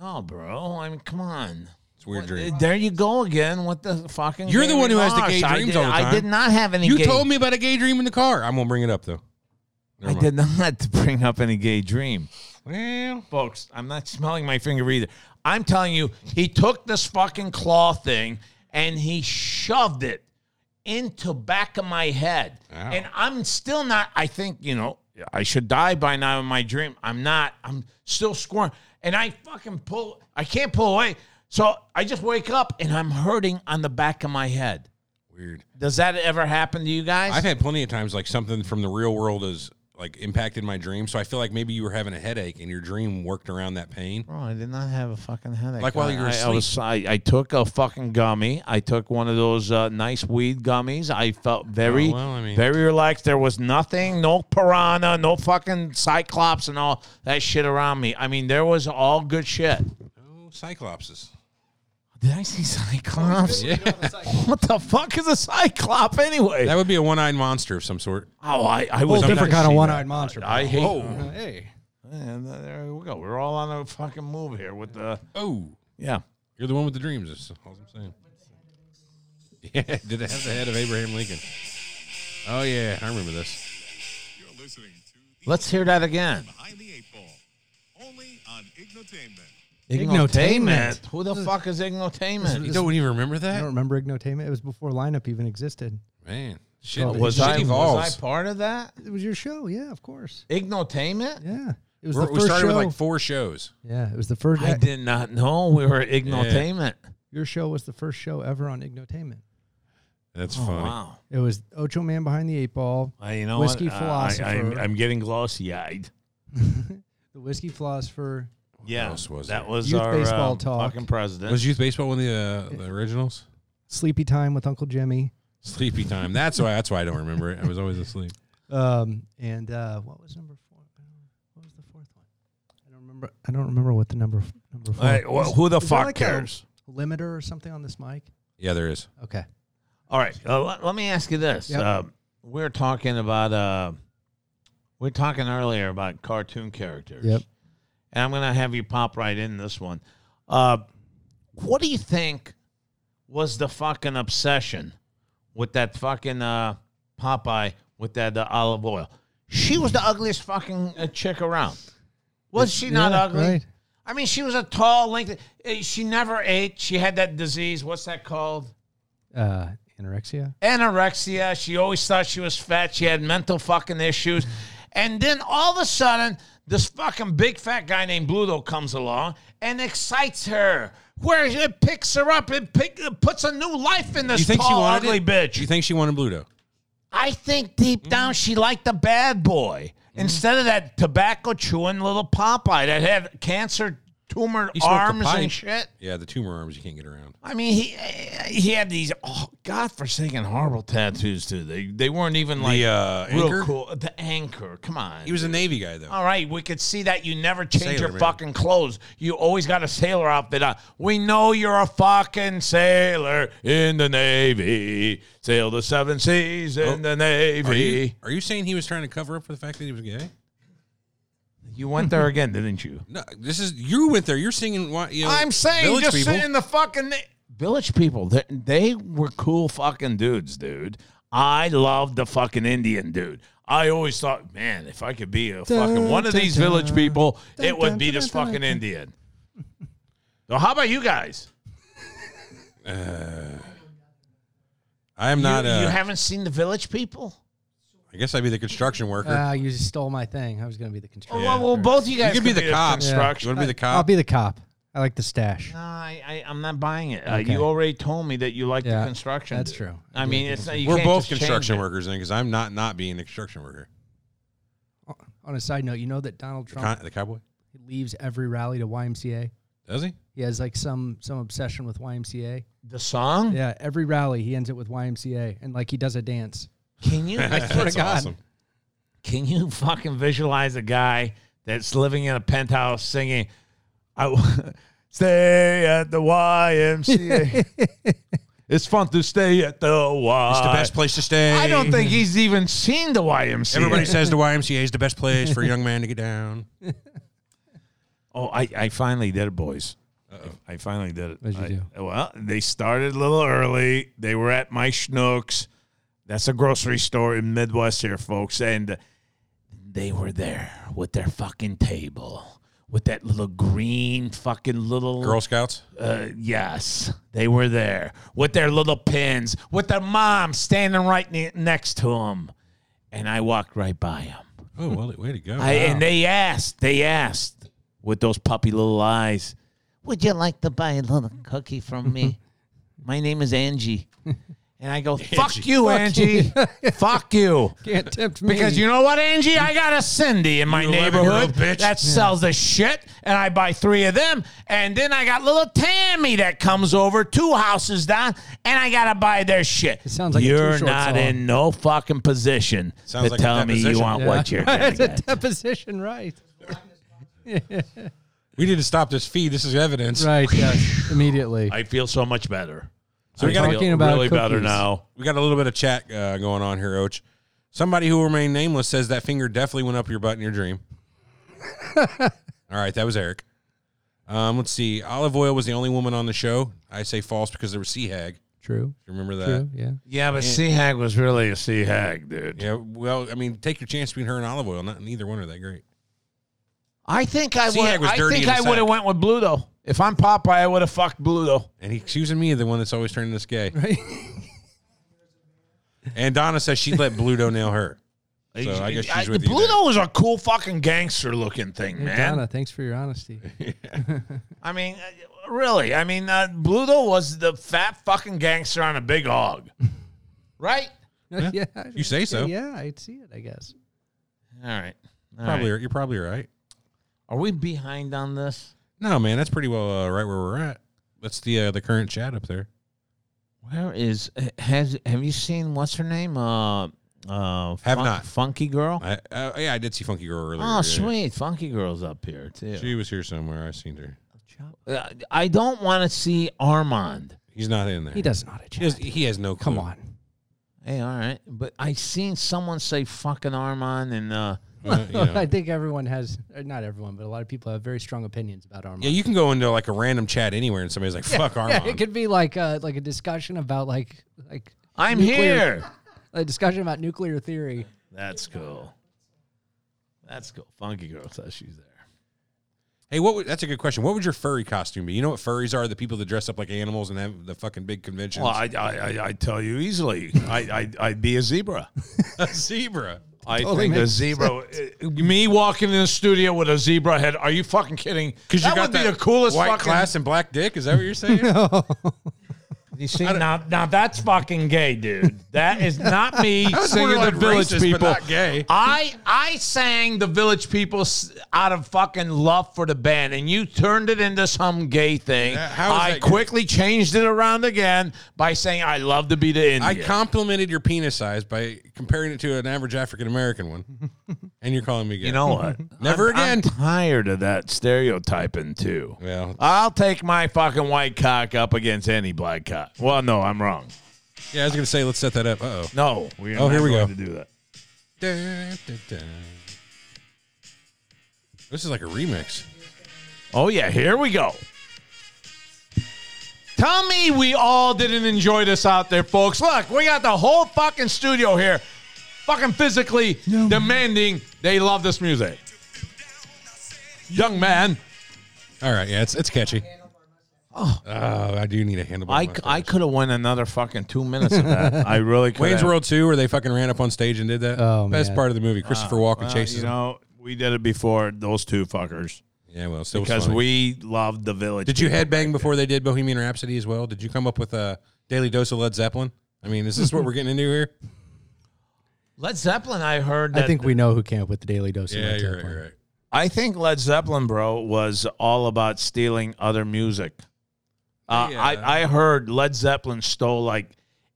Speaker 4: No, bro. I mean, come on.
Speaker 3: It's a weird
Speaker 4: Uh,
Speaker 3: dream.
Speaker 4: There you go again. What the fucking?
Speaker 3: You're the
Speaker 4: gay
Speaker 3: one who has the
Speaker 4: remarks?
Speaker 3: gay
Speaker 4: I
Speaker 3: dreams
Speaker 4: did,
Speaker 3: all the
Speaker 4: I
Speaker 3: time.
Speaker 4: did not have any.
Speaker 3: You
Speaker 4: gay,
Speaker 3: told me about a gay dream in the car. I won't bring it up though. Never
Speaker 4: I
Speaker 3: mind.
Speaker 4: did not bring up any gay dream,
Speaker 3: Well,
Speaker 4: folks. I'm not smelling my finger either. I'm telling you, he took this fucking claw thing and he shoved it into back of my head,
Speaker 3: Ow.
Speaker 4: and I'm still not. I think you know I should die by now in my dream. I'm not. I'm still scoring, and I fucking pull. I can't pull away. So I just wake up and I'm hurting on the back of my head.
Speaker 3: weird.
Speaker 4: Does that ever happen to you guys?
Speaker 3: I've had plenty of times like something from the real world is like like impacted my dream. So I feel like maybe you were having a headache and your dream worked around that pain.
Speaker 4: Bro, I did not have a fucking headache.
Speaker 3: Like while you were
Speaker 4: I, I, was, I, I took a fucking gummy. I took one of those uh, nice weed gummies. I felt very,
Speaker 3: Oh, well, I mean-
Speaker 4: very relaxed. There was nothing, no piranha, no fucking cyclops and all that shit around me. I mean, there was all good shit.
Speaker 3: Oh, cyclopses.
Speaker 4: Did I see cyclops?
Speaker 3: Yeah. [laughs]
Speaker 4: What the fuck is a cyclops anyway?
Speaker 3: That would be a one-eyed monster of some sort.
Speaker 4: oh, I, I was
Speaker 3: different
Speaker 5: kind of
Speaker 3: seen
Speaker 5: one eyed monster.
Speaker 4: I hate.
Speaker 3: Uh-huh.
Speaker 5: bro. Hey.
Speaker 4: Man, there we go. We're all on a fucking move here with the.
Speaker 3: Oh,
Speaker 4: Yeah.
Speaker 3: you're the one with the dreams. That's all I'm saying. Yeah, [laughs] did it have the head of Abraham Lincoln? Oh yeah, I remember this.
Speaker 1: You're listening to
Speaker 4: Let's hear that again.
Speaker 1: Behind the Eight Ball, only on Ignotainment.
Speaker 5: Ignotainment.
Speaker 4: Ignotainment. Who the fuck is Ignotainment?
Speaker 3: You don't even remember
Speaker 5: I don't
Speaker 3: that,
Speaker 5: remember Ignotainment. It was before lineup even existed.
Speaker 3: man. Shit,
Speaker 5: Oh,
Speaker 4: Was
Speaker 3: shit
Speaker 4: I, was
Speaker 3: evolves.
Speaker 4: I part of that?
Speaker 5: It was your show, yeah, of course.
Speaker 4: Ignotainment?
Speaker 5: Yeah. It was
Speaker 3: We're-
Speaker 5: the
Speaker 3: we
Speaker 5: first
Speaker 3: started
Speaker 5: show.
Speaker 3: with like four shows.
Speaker 5: yeah, it was the first. e
Speaker 4: I did not know we were Ignotainment.
Speaker 5: Your show was the first show ever on Ignotainment.
Speaker 3: That's
Speaker 4: Oh,
Speaker 3: funny.
Speaker 4: wow.
Speaker 5: It was Ocho Man Behind the Eight Ball,
Speaker 4: I, you know
Speaker 5: Whiskey
Speaker 4: what? Uh, I-
Speaker 5: philosopher.
Speaker 4: I'm, I'm getting glossy eyed.
Speaker 5: The Whiskey Philosopher.
Speaker 4: Yeah.
Speaker 3: else was
Speaker 4: that
Speaker 3: there?
Speaker 4: was
Speaker 5: Youth
Speaker 4: our
Speaker 5: baseball
Speaker 4: um,
Speaker 5: talk.
Speaker 4: fucking president.
Speaker 3: Was youth baseball one of the, uh, the originals?
Speaker 5: Sleepy Time with Uncle Jimmy.
Speaker 3: Sleepy time. That's why. That's why I don't remember it. I was always
Speaker 4: [laughs]
Speaker 3: asleep.
Speaker 5: Um, and uh, what was number four? What was the fourth one? I don't remember. I don't remember what the number f- number four.
Speaker 4: all right, well, who the
Speaker 5: Is there
Speaker 4: fuck
Speaker 5: like a
Speaker 4: cares?
Speaker 5: limiter or something on this mic?
Speaker 3: Yeah, there is.
Speaker 5: Okay.
Speaker 4: All right. Uh, let, let me ask you this.
Speaker 5: Yep.
Speaker 4: Uh, we're talking about. Uh, we're talking earlier about cartoon characters.
Speaker 5: Yep.
Speaker 4: and I'm going to have you pop right in this one. Uh, what do you think was the fucking obsession with that fucking uh, Popeye with that uh, olive oil? She was the ugliest fucking uh, chick around. Was she not
Speaker 5: Yeah,
Speaker 4: ugly?
Speaker 5: right.
Speaker 4: I mean, she was a tall, lengthy. eh, She never ate. She had that disease. What's that called?
Speaker 5: Uh, anorexia.
Speaker 4: anorexia. She always thought she was fat. She had mental fucking issues. And then all of a sudden, this fucking big fat guy named Bluto comes along and excites her. Where it picks her up, it, pick, it puts a new life in this tall, ugly
Speaker 3: it?
Speaker 4: bitch.
Speaker 3: You Mm-hmm. think she wanted Bluto?
Speaker 4: I think deep down she liked the bad boy
Speaker 3: Mm-hmm.
Speaker 4: instead of that tobacco chewing little Popeye that had cancer tumor
Speaker 3: He smoked a
Speaker 4: arms
Speaker 3: pipe.
Speaker 4: and shit.
Speaker 3: Yeah, the tumor arms you can't get around.
Speaker 4: I mean, he he had these oh, godforsaken horrible tattoos too. They they weren't even like
Speaker 3: The uh,
Speaker 4: real
Speaker 3: anchor.
Speaker 4: cool. The anchor, come on.
Speaker 3: He was a Navy guy though.
Speaker 4: all right. We could see that you never change
Speaker 3: Sailor,
Speaker 4: your
Speaker 3: man.
Speaker 4: fucking clothes. You always got a sailor outfit on. We know you're a fucking sailor in the navy. Sail the seven seas in
Speaker 3: Oh,
Speaker 4: the
Speaker 3: Are, you,
Speaker 4: navy.
Speaker 3: are you saying he was trying to cover up for the fact that he was gay?
Speaker 4: You went there again, didn't you?
Speaker 3: No, this is you went there. You're singing. why- You know,
Speaker 4: I'm saying
Speaker 3: Village
Speaker 4: just
Speaker 3: people.
Speaker 4: saying the fucking na- village people. They, they were cool fucking dudes, dude. I loved the fucking Indian dude. I always thought, man, if I could be a fucking one of
Speaker 5: dun,
Speaker 4: these village
Speaker 5: dun.
Speaker 4: people,
Speaker 5: Dun,
Speaker 4: it would
Speaker 5: dun,
Speaker 4: be
Speaker 5: dun,
Speaker 4: this
Speaker 5: dun, dun,
Speaker 4: fucking
Speaker 5: dun.
Speaker 4: Indian. So how about you guys?
Speaker 3: I am not.
Speaker 4: you,
Speaker 3: uh,
Speaker 4: you haven't seen the village people?
Speaker 3: I guess I'd be the construction worker.
Speaker 5: Ah, you just stole my thing. I was going to be the
Speaker 4: Oh,
Speaker 5: construction.
Speaker 3: Yeah.
Speaker 4: well, well, both you guys
Speaker 3: could be the cop. Yeah. you
Speaker 4: construction.
Speaker 3: want to be the
Speaker 5: I'll
Speaker 3: cop?
Speaker 5: be the cop. I like the stash.
Speaker 4: No, I, I, I'm not buying it. Uh,
Speaker 5: Okay.
Speaker 4: You already told me that you like
Speaker 5: Yeah,
Speaker 4: the construction.
Speaker 5: that's
Speaker 4: dude.
Speaker 5: true. I
Speaker 4: I
Speaker 5: do
Speaker 4: mean,
Speaker 5: like
Speaker 4: it's not, you
Speaker 3: We're
Speaker 4: can't
Speaker 3: both
Speaker 4: just change
Speaker 3: construction
Speaker 4: it.
Speaker 3: workers then, because I'm not not being a construction worker.
Speaker 5: On a side note, you know that Donald
Speaker 3: The,
Speaker 5: Trump
Speaker 3: con- the cowboy
Speaker 5: leaves every rally to YMCA.
Speaker 3: does [laughs] he?
Speaker 5: He has like some some obsession with YMCA.
Speaker 4: The song?
Speaker 5: Yeah, every rally he ends it with YMCA, and like he does a dance.
Speaker 4: Can
Speaker 5: [laughs]
Speaker 4: you?
Speaker 5: swear to God.
Speaker 4: Can you [laughs] fucking visualize a guy that's living in a penthouse singing, I w- [laughs] stay at the YMCA? [laughs] it's fun to stay at the YMCA.
Speaker 3: It's the best place to stay.
Speaker 4: I don't think he's even seen the
Speaker 3: [laughs]
Speaker 4: YMCA. [laughs]
Speaker 3: Everybody says the YMCA is the best place for a young man to get down.
Speaker 4: Oh, I, I finally did it, boys. I finally did it.
Speaker 5: What'd you
Speaker 4: I- Well, they started a little early. They were at my Schnook's. That's a grocery store in Midwest here, folks. And they were there with their fucking table with that little green fucking little
Speaker 3: Girl Scouts.
Speaker 4: uh, yes, they were there with their little pins, with their mom standing right ne- next to them. And I walked right by them.
Speaker 3: Oh well, way to go!
Speaker 4: I, and they asked, they asked with those puppy little eyes,
Speaker 5: [laughs]
Speaker 4: would you like to buy a little cookie from me? My name is Angie. And I go, fuck you, Angie. [laughs] fuck you.
Speaker 5: [laughs] Can't tempt me.
Speaker 4: Because you know what, Angie? I got a Cindy in my
Speaker 3: You 11-year-old
Speaker 4: neighborhood
Speaker 3: bitch.
Speaker 4: that sells the shit, and I buy three of them. And then I got little Tammy that comes over two houses down, and I got to buy their shit. It
Speaker 5: sounds like a Too
Speaker 4: You're
Speaker 5: Short
Speaker 4: not
Speaker 5: song.
Speaker 4: in no fucking position
Speaker 3: Sounds
Speaker 4: to
Speaker 3: like a
Speaker 4: tell me you
Speaker 3: deposition.
Speaker 4: want
Speaker 5: Yeah.
Speaker 4: what you're going
Speaker 5: [laughs] It's
Speaker 4: to
Speaker 5: a
Speaker 4: get.
Speaker 5: deposition, right?
Speaker 3: We need to stop this feed. This is evidence.
Speaker 5: Right. Yes. [laughs] Immediately.
Speaker 4: I feel so much better.
Speaker 3: So we
Speaker 4: I
Speaker 3: gotta-
Speaker 4: feel
Speaker 5: Talking about
Speaker 4: really better
Speaker 5: cookies.
Speaker 4: now.
Speaker 3: We got a little bit of chat uh, going on here, Oach. Somebody who remained nameless says that finger definitely went up your butt in your
Speaker 4: [laughs]
Speaker 3: dream. All right, that was Eric. Um, let's see. Olive Oil was the only woman on the show. I say false because there was Sea Hag.
Speaker 5: True.
Speaker 3: You remember that?
Speaker 5: True. Yeah.
Speaker 4: Yeah, but Sea Hag was really a Sea Hag, dude.
Speaker 3: Yeah. Well, I mean, take your chance between her and Olive Oil. Not neither one are that great.
Speaker 4: I think I
Speaker 3: Sea Hag
Speaker 4: would.
Speaker 3: was
Speaker 4: I
Speaker 3: dirty
Speaker 4: think
Speaker 3: in the
Speaker 4: I would have
Speaker 3: sack.
Speaker 4: went with Blue though. If I'm Popeye, I would have fucked Blue though.
Speaker 3: And he accusing me of the one that's always turning this
Speaker 4: [laughs]
Speaker 3: gay.
Speaker 5: [laughs] Right.
Speaker 3: And Donna says she let Bluto nail her. So I guess she's with you
Speaker 4: Blue
Speaker 3: there.
Speaker 4: though was a cool fucking gangster looking thing,
Speaker 5: Hey,
Speaker 4: man.
Speaker 5: Donna, thanks for your honesty.
Speaker 4: I mean, uh, really. I mean, uh, Blue though was the fat fucking gangster on a big [laughs] hog, right?
Speaker 5: [laughs] yeah.
Speaker 3: You say so.
Speaker 5: Yeah, I'd see it, I guess.
Speaker 4: All right. [laughs] All
Speaker 3: Probably,
Speaker 4: right.
Speaker 3: you're probably right.
Speaker 4: Are we behind on this?
Speaker 3: No, man, that's pretty well uh, right where we're at. That's the uh, the current chat up there.
Speaker 4: Where is eh, has have you seen what's her name? Uh, uh,
Speaker 3: Have not.
Speaker 4: Funky girl.
Speaker 3: I, uh, yeah, I did see Funky Girl earlier.
Speaker 4: Oh,
Speaker 3: yeah.
Speaker 4: sweet, Funky girl's up here too.
Speaker 3: She was here somewhere. I seen her.
Speaker 4: Uh, I don't want to see Armand.
Speaker 3: He's not in there.
Speaker 5: He does not a
Speaker 3: He, has,
Speaker 5: chance.
Speaker 3: he has no. Clue.
Speaker 5: Come on.
Speaker 3: [laughs]
Speaker 4: Hey, all right, but I seen someone say fucking Armand, and uh,
Speaker 3: Uh, you know.
Speaker 5: I think everyone has, or not everyone, but a lot of people have very strong opinions about Armand.
Speaker 3: Yeah, you can go into like a random chat anywhere, and somebody's like, "Fuck Armand."
Speaker 5: [laughs] Yeah, it could be like a, like a discussion about like like
Speaker 4: I'm
Speaker 5: Nuclear.
Speaker 4: here.
Speaker 5: a discussion about nuclear theory.
Speaker 4: That's cool. That's cool. Funky girl says she's there.
Speaker 3: hey, what? Would, that's a good question. What would your furry costume be? You know what furries are? The people that dress up like animals and have the fucking big conventions.
Speaker 4: Well, I, I, I, I tell you easily, I, I, I'd be a [laughs] zebra.
Speaker 3: a [laughs] zebra. Oh,
Speaker 4: I
Speaker 5: Totally
Speaker 4: think a
Speaker 5: makes
Speaker 4: zebra. [laughs] Me walking in the studio with a zebra head. Are you fucking kidding?
Speaker 3: Because you
Speaker 4: that
Speaker 3: got
Speaker 4: would
Speaker 3: that
Speaker 4: be the coolest
Speaker 3: white
Speaker 4: fucking.
Speaker 3: class and black dick. Is that what you're
Speaker 5: [laughs]
Speaker 3: saying?
Speaker 5: Oh,
Speaker 4: You see, now, now that's fucking gay, dude. [laughs] That is not me singing the
Speaker 3: borderline
Speaker 4: village
Speaker 3: racist, but
Speaker 4: people.
Speaker 3: not gay.
Speaker 4: I I sang the village people s- out of fucking love for the band, and you turned it into some gay thing.
Speaker 3: Yeah, how is
Speaker 4: I
Speaker 3: that gay?
Speaker 4: quickly changed it around again by saying I love to be the Indian.
Speaker 3: I complimented your penis size by comparing it to an average African American
Speaker 5: [laughs]
Speaker 3: one, and you're calling me gay.
Speaker 4: you know what?
Speaker 3: Never
Speaker 4: [laughs] I'm- I'm
Speaker 3: again.
Speaker 4: tired of that stereotyping too.
Speaker 3: Well,
Speaker 4: I'll take my fucking white cock up against any black cock. Well, no, I'm wrong.
Speaker 3: yeah, I was gonna say let's set that up. Uh
Speaker 4: No, we're
Speaker 3: Oh,
Speaker 4: not
Speaker 3: here we
Speaker 4: going
Speaker 3: go.
Speaker 4: to do that.
Speaker 3: oh. This is like a remix.
Speaker 4: Oh yeah, here we go. Tell me we all didn't enjoy this out there, folks. Look, we got the whole fucking studio here, fucking physically demanding they love this music. Young man,
Speaker 3: All right, yeah, it's it's catchy. Oh, I do need a handlebar.
Speaker 4: I,
Speaker 3: mustache.
Speaker 4: I could have won another fucking two minutes of that. I really
Speaker 3: [laughs]
Speaker 4: could.
Speaker 3: Wayne's World Two, where they fucking ran up on stage and did that.
Speaker 5: Oh,
Speaker 3: Best
Speaker 5: man.
Speaker 3: part of the movie. Christopher Walken chases.
Speaker 4: Uh, you
Speaker 3: him.
Speaker 4: know, we did it before those two fuckers
Speaker 3: Yeah, well, still
Speaker 4: because we loved the village.
Speaker 3: did you
Speaker 4: people.
Speaker 3: headbang before they did Bohemian Rhapsody as well? Did you come up with a daily dose of Led Zeppelin? I mean, is this what we're getting into [laughs] here?
Speaker 4: Led Zeppelin? I heard.
Speaker 5: I
Speaker 4: That
Speaker 5: think we know who came up with the daily dose. of
Speaker 3: Yeah,
Speaker 5: Led
Speaker 3: you're right.
Speaker 5: Zeppelin.
Speaker 3: You're right.
Speaker 4: I think Led Zeppelin, bro, was all about stealing other music. Uh,
Speaker 3: Yeah.
Speaker 4: I, I heard Led Zeppelin stole like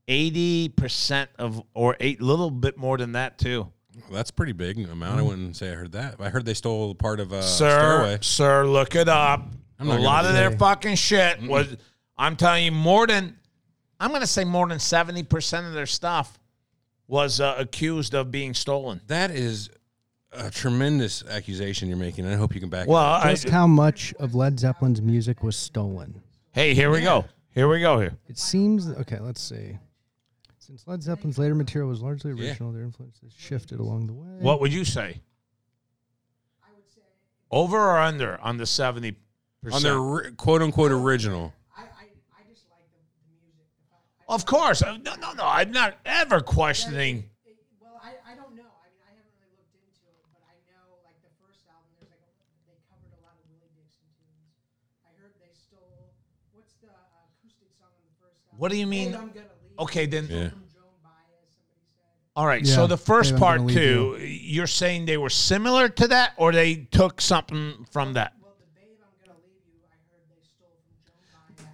Speaker 4: eighty percent of, or a little bit more than that too.
Speaker 3: Well, that's a pretty big amount. I wouldn't say I heard that. I heard they stole part of uh,
Speaker 4: sir,
Speaker 3: Stairway.
Speaker 4: sir, look it up. A
Speaker 3: I'm not gonna
Speaker 4: lot of their
Speaker 5: say.
Speaker 4: fucking shit was. I'm telling you, more than I'm gonna say more than seventy percent of their stuff was uh, accused of being stolen.
Speaker 3: That is a tremendous accusation you're making. and I hope you can back. it
Speaker 4: Well,
Speaker 3: up.
Speaker 4: I,
Speaker 5: Just how much of Led Zeppelin's music was stolen?
Speaker 4: hey, here we go. Here we go. Here.
Speaker 5: It seems okay. Let's see. Since Led Zeppelin's later material was largely original, their influences shifted along the
Speaker 3: Mm.
Speaker 5: way.
Speaker 4: What would you say? Over or under on the seventy
Speaker 3: on their
Speaker 4: percent?
Speaker 3: ri- quote unquote original.
Speaker 4: Of course, Uh, no, no, no. I'm not ever questioning.
Speaker 7: Well, I, I don't know. I mean, I haven't really looked into it, but I know like the first album, there's like a, they covered a lot of Willie Dixon tunes. I heard they stole what's the uh, acoustic song on the first album?
Speaker 4: What do you mean?
Speaker 7: And I'm gonna leave. Oh.
Speaker 4: Okay, then.
Speaker 3: Yeah.
Speaker 4: All right.
Speaker 5: Yeah,
Speaker 4: so the first
Speaker 5: babe, I'm
Speaker 4: part
Speaker 5: gonna
Speaker 4: too,
Speaker 5: leave
Speaker 4: you're saying they were similar to that, or they took something from that.